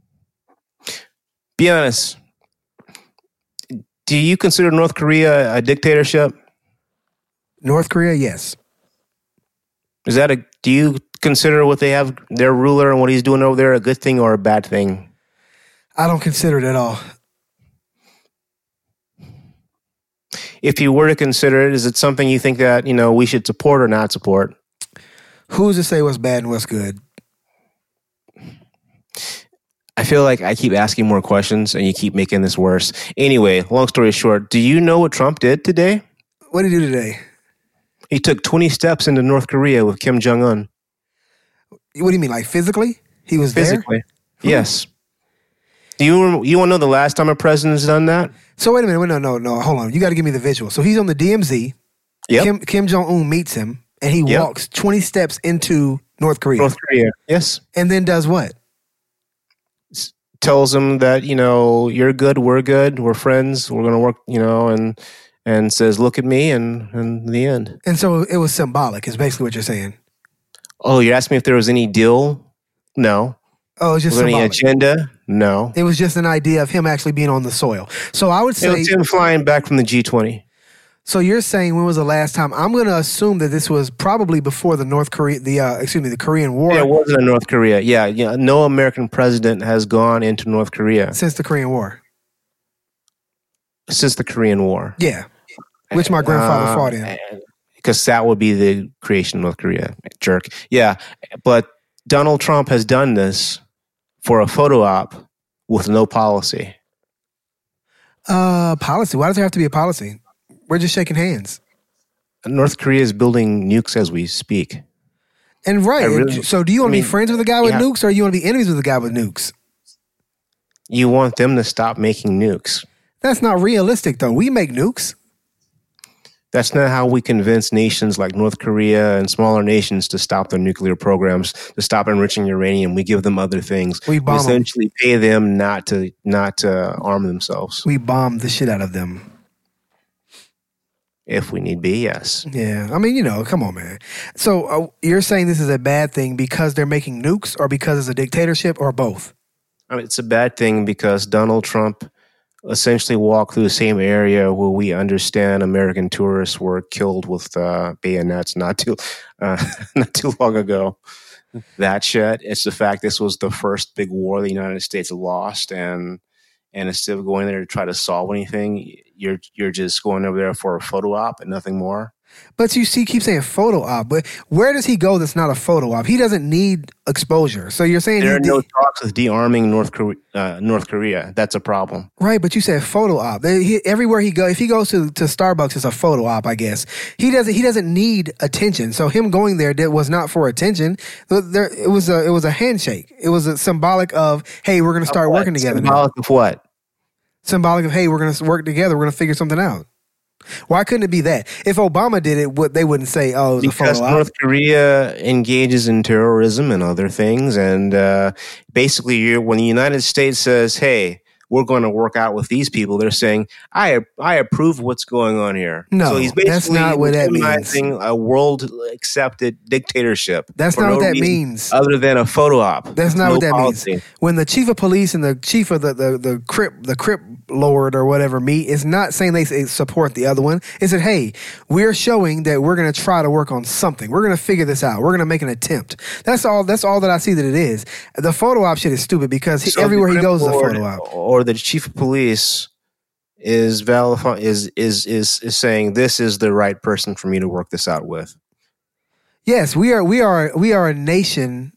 B: be honest. Do you consider North Korea a dictatorship?
C: North Korea, yes.
B: Is that a do you consider what they have their ruler and what he's doing over there a good thing or a bad thing?
C: I don't consider it at all.
B: If you were to consider it, is it something you think that, you know, we should support or not support?
C: Who's to say what's bad and what's good?
B: I feel like I keep asking more questions and you keep making this worse. Anyway, long story short, do you know what Trump did today?
C: What did he do today?
B: He took 20 steps into North Korea with Kim Jong Un
C: What do you mean, like physically? He was there.
B: physically. Yes. Do you rem- you want to know the last time a president's done that?
C: So wait a minute. Wait, no, no, no. Hold on. You got to give me the visual. So he's on the DMZ.
B: Yep.
C: Kim, Kim Jong Un meets him, and he
B: Yep.
C: walks twenty steps into North Korea,
B: North Korea. Yes.
C: and then does what?
B: tells him that you know you're good, we're good, we're friends, we're gonna work, you know, and and says, "Look at me," and and the end.
C: And so it was symbolic. Is basically what you're saying.
B: Oh, you're asking me if there was any deal? No.
C: Oh, it's just
B: Was there any
C: symbolic.
B: agenda? No.
C: It was just an idea of him actually being on the soil. So I would
B: It
C: say.
B: was him flying back from the G20.
C: So you're saying when was the last time? I'm going to assume that this was probably before the North Korea, the uh, excuse me, the Korean War.
B: Yeah, it wasn't in North Korea. Yeah, yeah. No American president has gone into North Korea
C: since the Korean War.
B: since the Korean War.
C: Yeah, which my grandfather
B: Uh,
C: fought in.
B: because that would be the creation of North Korea. Jerk. Yeah. But Donald Trump has done this for a photo op with no policy.
C: Uh, policy. Why does there have to be a policy? We're just shaking hands.
B: North Korea is building nukes as we speak.
C: And right.
B: I really-
C: so, do you want to
B: I
C: be
B: mean,
C: friends with a guy with
B: yeah.
C: nukes, or you want to be enemies with a guy with nukes?
B: You want them to stop making nukes.
C: That's not realistic, though. We make nukes.
B: That's not how we convince nations like North Korea and smaller nations to stop their nuclear programs, to stop enriching uranium. We give them other things.
C: We bomb 'em.
B: essentially pay them not to not to arm themselves.
C: We bomb the shit out of them.
B: if we need be. Yes.
C: Yeah, I mean, you know, come on, man. So uh, you're saying this is a bad thing because they're making nukes, or because it's a dictatorship, or both?
B: I mean, it's a bad thing because Donald Trump essentially walked through the same area where we understand American tourists were killed with uh, bayonets not too uh, [laughs] not too long ago. That shit. It's the fact this was the first big war the United States lost, and and instead of going there to try to solve anything, you're you're just going over there for a photo op and nothing more.
C: But you see, keep saying photo op. But where does he go? That's not a photo op. He doesn't need exposure. So you're saying
B: There
C: he
B: are no
C: did-
B: talks of dearming North Korea. Uh, North Korea. That's a problem.
C: right? But you said photo op. They- he- everywhere he go, if he goes to, to Starbucks, it's a photo op, I guess. He doesn't. He doesn't need attention. So him going there that was not for attention. Th- There, it was a it was a handshake. It was a symbolic of hey, we're gonna start
B: What?
C: working together. now.
B: Symbolic of what?
C: symbolic of hey, we're gonna work together. We're gonna figure something out. Why couldn't it be that? If Obama did it, what they wouldn't say, oh, it was a
B: because
C: photo op.
B: North Korea engages in terrorism and other things, and uh, basically, you're, when the United States says, "Hey, we're going to work out with these people," they're saying, "I I approve of what's going on here."
C: No,
B: so he's
C: that's
B: basically
C: not what that means.
B: legitimizing a world accepted dictatorship.
C: That's
B: for
C: not
B: no
C: what that
B: reason
C: means.
B: Other than a photo op.
C: That's not
B: No
C: what that
B: policy.
C: means. When the chief of police and the chief of the the the crip the crip lord or whatever meet, it's not saying they s- support the other one. It's that hey, we're showing that we're gonna try to work on something. We're gonna figure this out. We're gonna make an attempt. That's all. That's all that I see that it is. The photo op shit is stupid because he-
B: So
C: everywhere
B: the
C: he
B: crip
C: goes is a
B: lord
C: photo op.
B: Or the chief of police is valif- is, is is is saying this is the right person for me to work this out with.
C: Yes, we are. We are. We are a nation.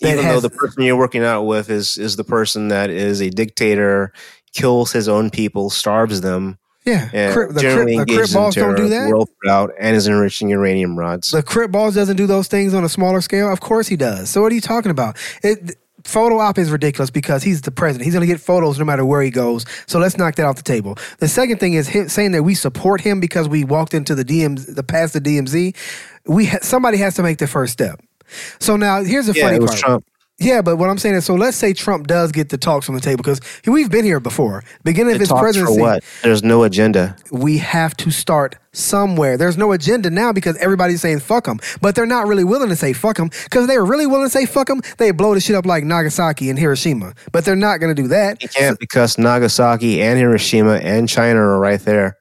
C: That
B: Even
C: has,
B: though the person you're working out with is is the person that is a dictator, kills his own people, starves them,
C: Yeah,
B: and
C: Crip- the
B: generally
C: Crip, the Crip
B: engages in
C: balls
B: terror,
C: don't do that.
B: world out, and is enriching uranium rods.
C: The Crip balls doesn't do those things on a smaller scale. Of course he does. So what are you talking about? It, photo op is ridiculous because he's the president. He's going to get photos no matter where he goes. So let's knock that off the table. The second thing is him saying that we support him because we walked into the DMZ, the past the DMZ. We ha- somebody has to make the first step. So now here's the
B: yeah,
C: funny
B: it was
C: part.
B: Trump.
C: Yeah, but what I'm saying is, so let's say Trump does get the talks on the table because we've been here before. Beginning of his
B: Talks
C: presidency,
B: for what? There's no agenda.
C: we have to start somewhere. There's no agenda now because everybody's saying fuck them, but they're not really willing to say fuck them because they were really willing to say fuck them, they blow the shit up like Nagasaki and Hiroshima. But they're not going to do that.
B: You can't because Nagasaki and Hiroshima and China are right there.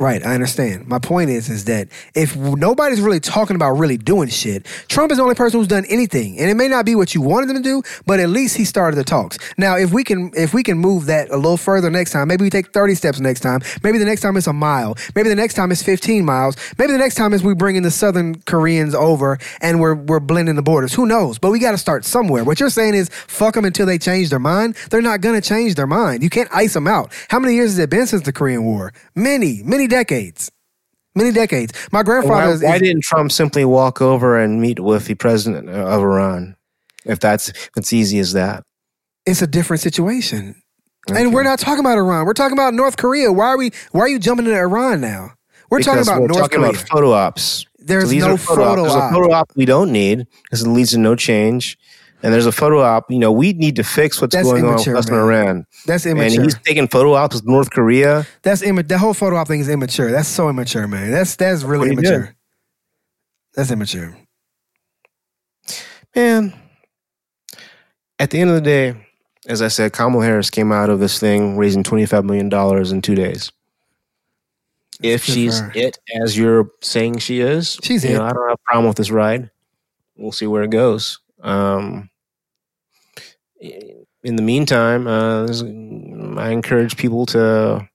C: Right, I understand. My point is, is that if nobody's really talking about really doing shit, Trump is the only person who's done anything, and it may not be what you wanted them to do, but at least he started the talks. Now, if we can, if we can move that a little further next time, maybe we take thirty steps next time. Maybe the next time it's a mile. Maybe the next time it's fifteen miles. Maybe the next time is we bring in the Southern Koreans over and we're we're blending the borders. Who knows? But we got to start somewhere. What you're saying is fuck them until they change their mind. They're not gonna change their mind. You can't ice them out. How many years has it been since the Korean War? Many, many decades. Many decades. My grandfather.
B: Why,
C: is-
B: why didn't Trump simply walk over and meet with the president of Iran? If that's if it's easy as that.
C: it's a different situation.
B: Okay.
C: And we're not talking about Iran. We're talking about North Korea. Why are we? Why are you jumping into Iran now? We're
B: Because
C: talking about
B: we're
C: North
B: talking
C: Korea.
B: about photo ops.
C: There's
B: So these
C: no
B: are op.
C: photo
B: There's
C: op.
B: a photo op we don't need because it leads to no change. And there's a photo op. You know, we need to fix what's
C: That's
B: going
C: immature,
B: on with us in
C: man.
B: Iran.
C: That's
B: And
C: immature.
B: he's taking photo ops with North Korea.
C: That's imma- that whole photo op thing is immature. That's so immature, man. That's that's really
B: What he
C: immature. That's immature.
B: Man, at the end of the day, as I said, Kamala Harris came out of this thing raising $25 million in two days. If
C: good
B: she's
C: for her.
B: it, as you're saying she is,
C: She's
B: you
C: it.
B: know, I don't have a problem with this ride. We'll see where it goes. Um, in the meantime, uh, this- I encourage people to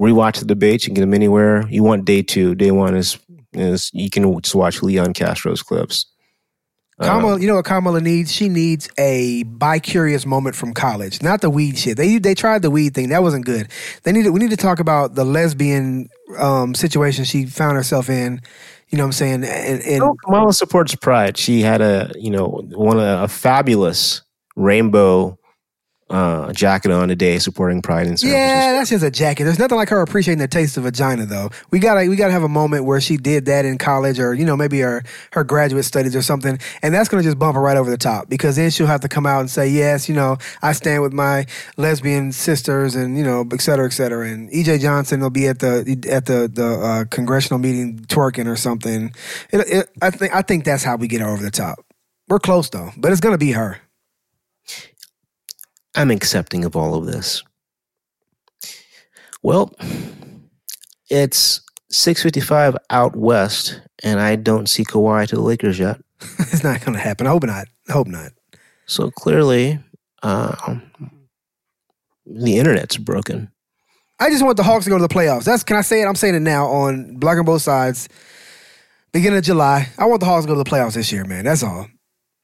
B: rewatch the debates. You can get them anywhere you want. Day two, day one is is you can just watch Leon Castro's clips. Uh,
C: Kamala, you know what Kamala needs? She needs a bi-curious moment from college, not the weed shit. They they tried the weed thing, that wasn't good. They need to, we need to talk about the lesbian um, situation she found herself in. You know what I'm saying? And, and
B: No, Kamala supports Pride. She had a you know one a, a fabulous rainbow uh, jacket on today, supporting Pride and Services.
C: Yeah, that's just a jacket. There's nothing like her appreciating the taste of vagina, though. We gotta we gotta have a moment where she did that in college, or you know maybe her her graduate studies or something, and that's gonna just bump her right over the top because then she'll have to come out and say yes, you know, I stand with my lesbian sisters, and you know, et cetera, et cetera. And EJ Johnson will be at the at the the uh, congressional meeting twerking or something. It, it, I think I think that's how we get her over the top. We're close though, but it's gonna be her. [laughs]
B: I'm accepting of all of this. Well, it's 6:55 out west, and I don't see Kawhi to the Lakers yet.
C: it's not gonna happen. I hope not. I hope not.
B: So clearly, uh, the internet's broken.
C: I just want the Hawks to go to the playoffs. That's can I say it? I'm saying it now on Black and Both Sides. Beginning of July, I want the Hawks to go to the playoffs this year, man. That's all.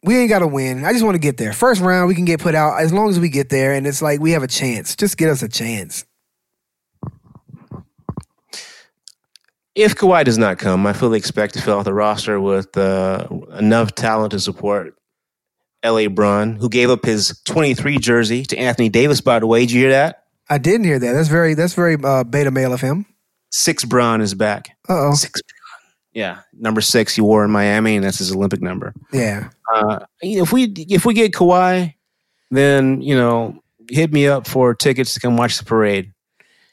C: We ain't got to win. I just want to get there. First round, we can get put out as long as we get there, and it's like we have a chance. Just get us a chance.
B: If Kawhi does not come, I fully expect to fill out the roster with uh, enough talent to support L.A. Braun, who gave up his 23 jersey to Anthony Davis. By the way, did you hear that?
C: I didn't hear that. That's very that's very uh, beta male of him.
B: Six Braun is back.
C: Uh oh.
B: Six. Yeah, number six he wore in Miami, and that's his Olympic number.
C: Yeah.
B: Uh, you know, if we if we get Kawhi, then you know, hit me up for tickets to come watch the parade.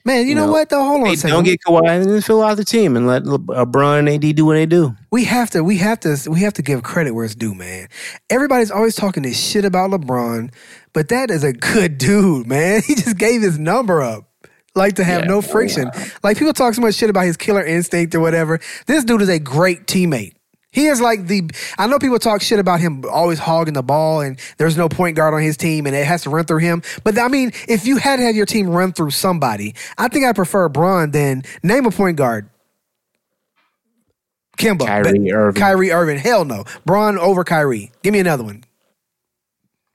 C: Man, you,
B: You
C: know,
B: know,
C: what though? Hold on
B: Hey,
C: a second.
B: don't get Kawhi, then fill out the team and let Le- uh, Bron and AD do what they do.
C: we have to we have to we have to give credit where it's due, man. Everybody's always talking this shit about LeBron, but that is a good [laughs] dude, man. He just gave his number up. Like to have
B: Yeah. Oh,
C: no friction. Like people talk so much shit about his killer instinct or whatever. This dude is a great teammate. He is like the I know people talk shit about him always hogging the ball and there's no point guard on his team and it has to run through him. But I mean, if you had to have your team run through somebody, I think I prefer Braun than name a point guard. Kimba.
B: Kyrie
C: Be-
B: Irving.
C: Kyrie Irving. Hell no. Braun over Kyrie. Give me another one.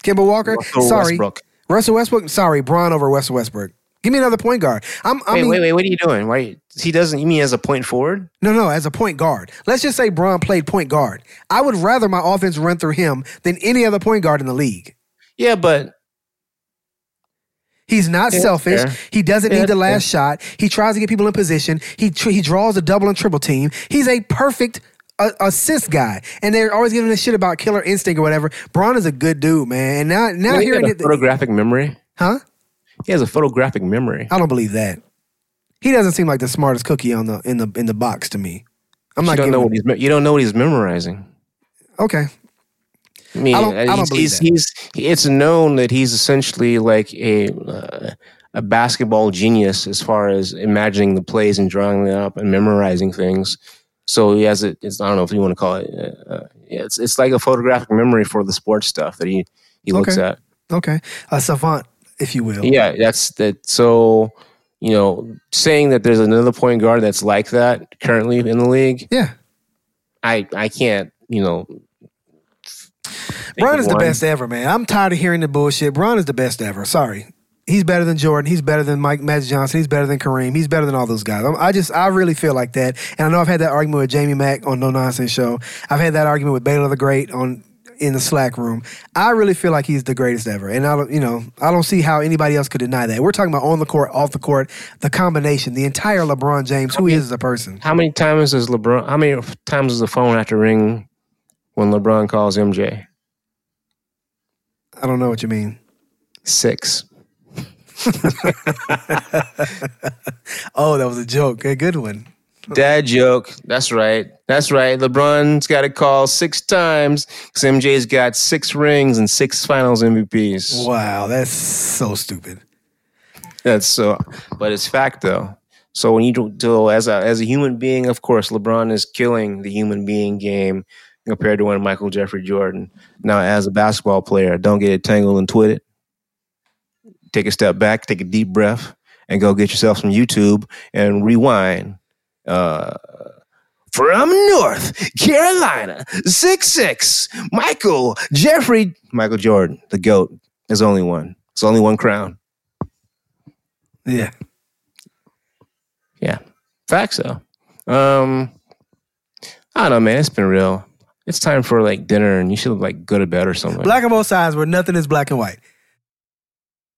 C: Kimba Walker.
B: Russell
C: sorry.
B: Westbrook.
C: Russell Westbrook. Sorry. Braun over Russell Westbrook. Give me another point guard. I'm, I
B: Wait,
C: mean,
B: wait, wait! What are you doing? Why he doesn't? You mean as a point forward?
C: no, no, as a point guard. Let's just say Braun played point guard. I would rather my offense run through him than any other point guard in the league.
B: Yeah, but
C: He's not selfish.
B: fair.
C: He doesn't
B: Yeah,
C: need the
B: fair.
C: last shot. He tries to get people in position. He tr- he draws a double and triple team. He's a perfect uh, assist guy. And they're always giving a shit about killer instinct or whatever. Braun is a good dude, man. And now now
B: he
C: hearing
B: got a
C: it,
B: photographic memory.
C: huh?
B: He has a photographic memory.
C: I don't believe that. He doesn't seem like the smartest cookie on the in the in the box to me. I'm
B: You don't
C: not giving
B: know
C: him,
B: what he's. me- You don't know what he's memorizing.
C: okay.
B: I mean,
C: I don't- I don't
B: he's,
C: believe
B: he's,
C: that.
B: he's, it's known that he's essentially like a uh, a basketball genius as far as imagining the plays and drawing them up and memorizing things. So he has it. It's, I don't know if you want to call it. Uh, uh, yeah, it's it's like a photographic memory for the sports stuff that he he looks
C: Okay.
B: at.
C: Okay. A savant, if you will.
B: Yeah, that's that. So you know, saying that there's another point guard that's like that currently in the league,
C: Yeah.
B: I I can't. You know,
C: Bron is the
B: one.
C: best ever, man. I'm tired of hearing the bullshit. Bron is the best ever. Sorry. He's better than Jordan. He's better than Mike Magic Johnson. He's better than Kareem. He's better than all those guys. I'm, I just, I really feel like that. And I know I've had that argument with Jamie Mack on No Nonsense Show. I've had that argument with Baylor the Great on in the Slack room. I really feel like he's the greatest ever. And I don't, you know, I don't see how anybody else could deny that. We're talking about on the court, off the court, the combination, the entire LeBron James, who he is as a person.
B: How many times does LeBron? How many times does the phone have to ring when LeBron calls MJ?
C: I don't know what you mean.
B: Six.
C: Oh, that was a joke. A good one.
B: Dad joke. That's right. That's right. LeBron's got to call six times because MJ's got six rings and six Finals MVPs.
C: Wow, that's so stupid.
B: That's so, but it's fact though. So when you do, do as a as a human being, of course, LeBron is killing the human being game compared to when Michael Jeffrey Jordan. Now, as a basketball player, don't get it tangled and twitted. Take a step back, take a deep breath, and go get yourself some YouTube and rewind. Uh, from North Carolina, six six, Michael Jeffrey, Michael Jordan, the goat. There's only one. There's only one crown.
C: Yeah.
B: Yeah. Facts though. Um I don't know, man. It's been real. It's time for like dinner and you should like go to bed or something.
C: Black on both sides where nothing is black and white.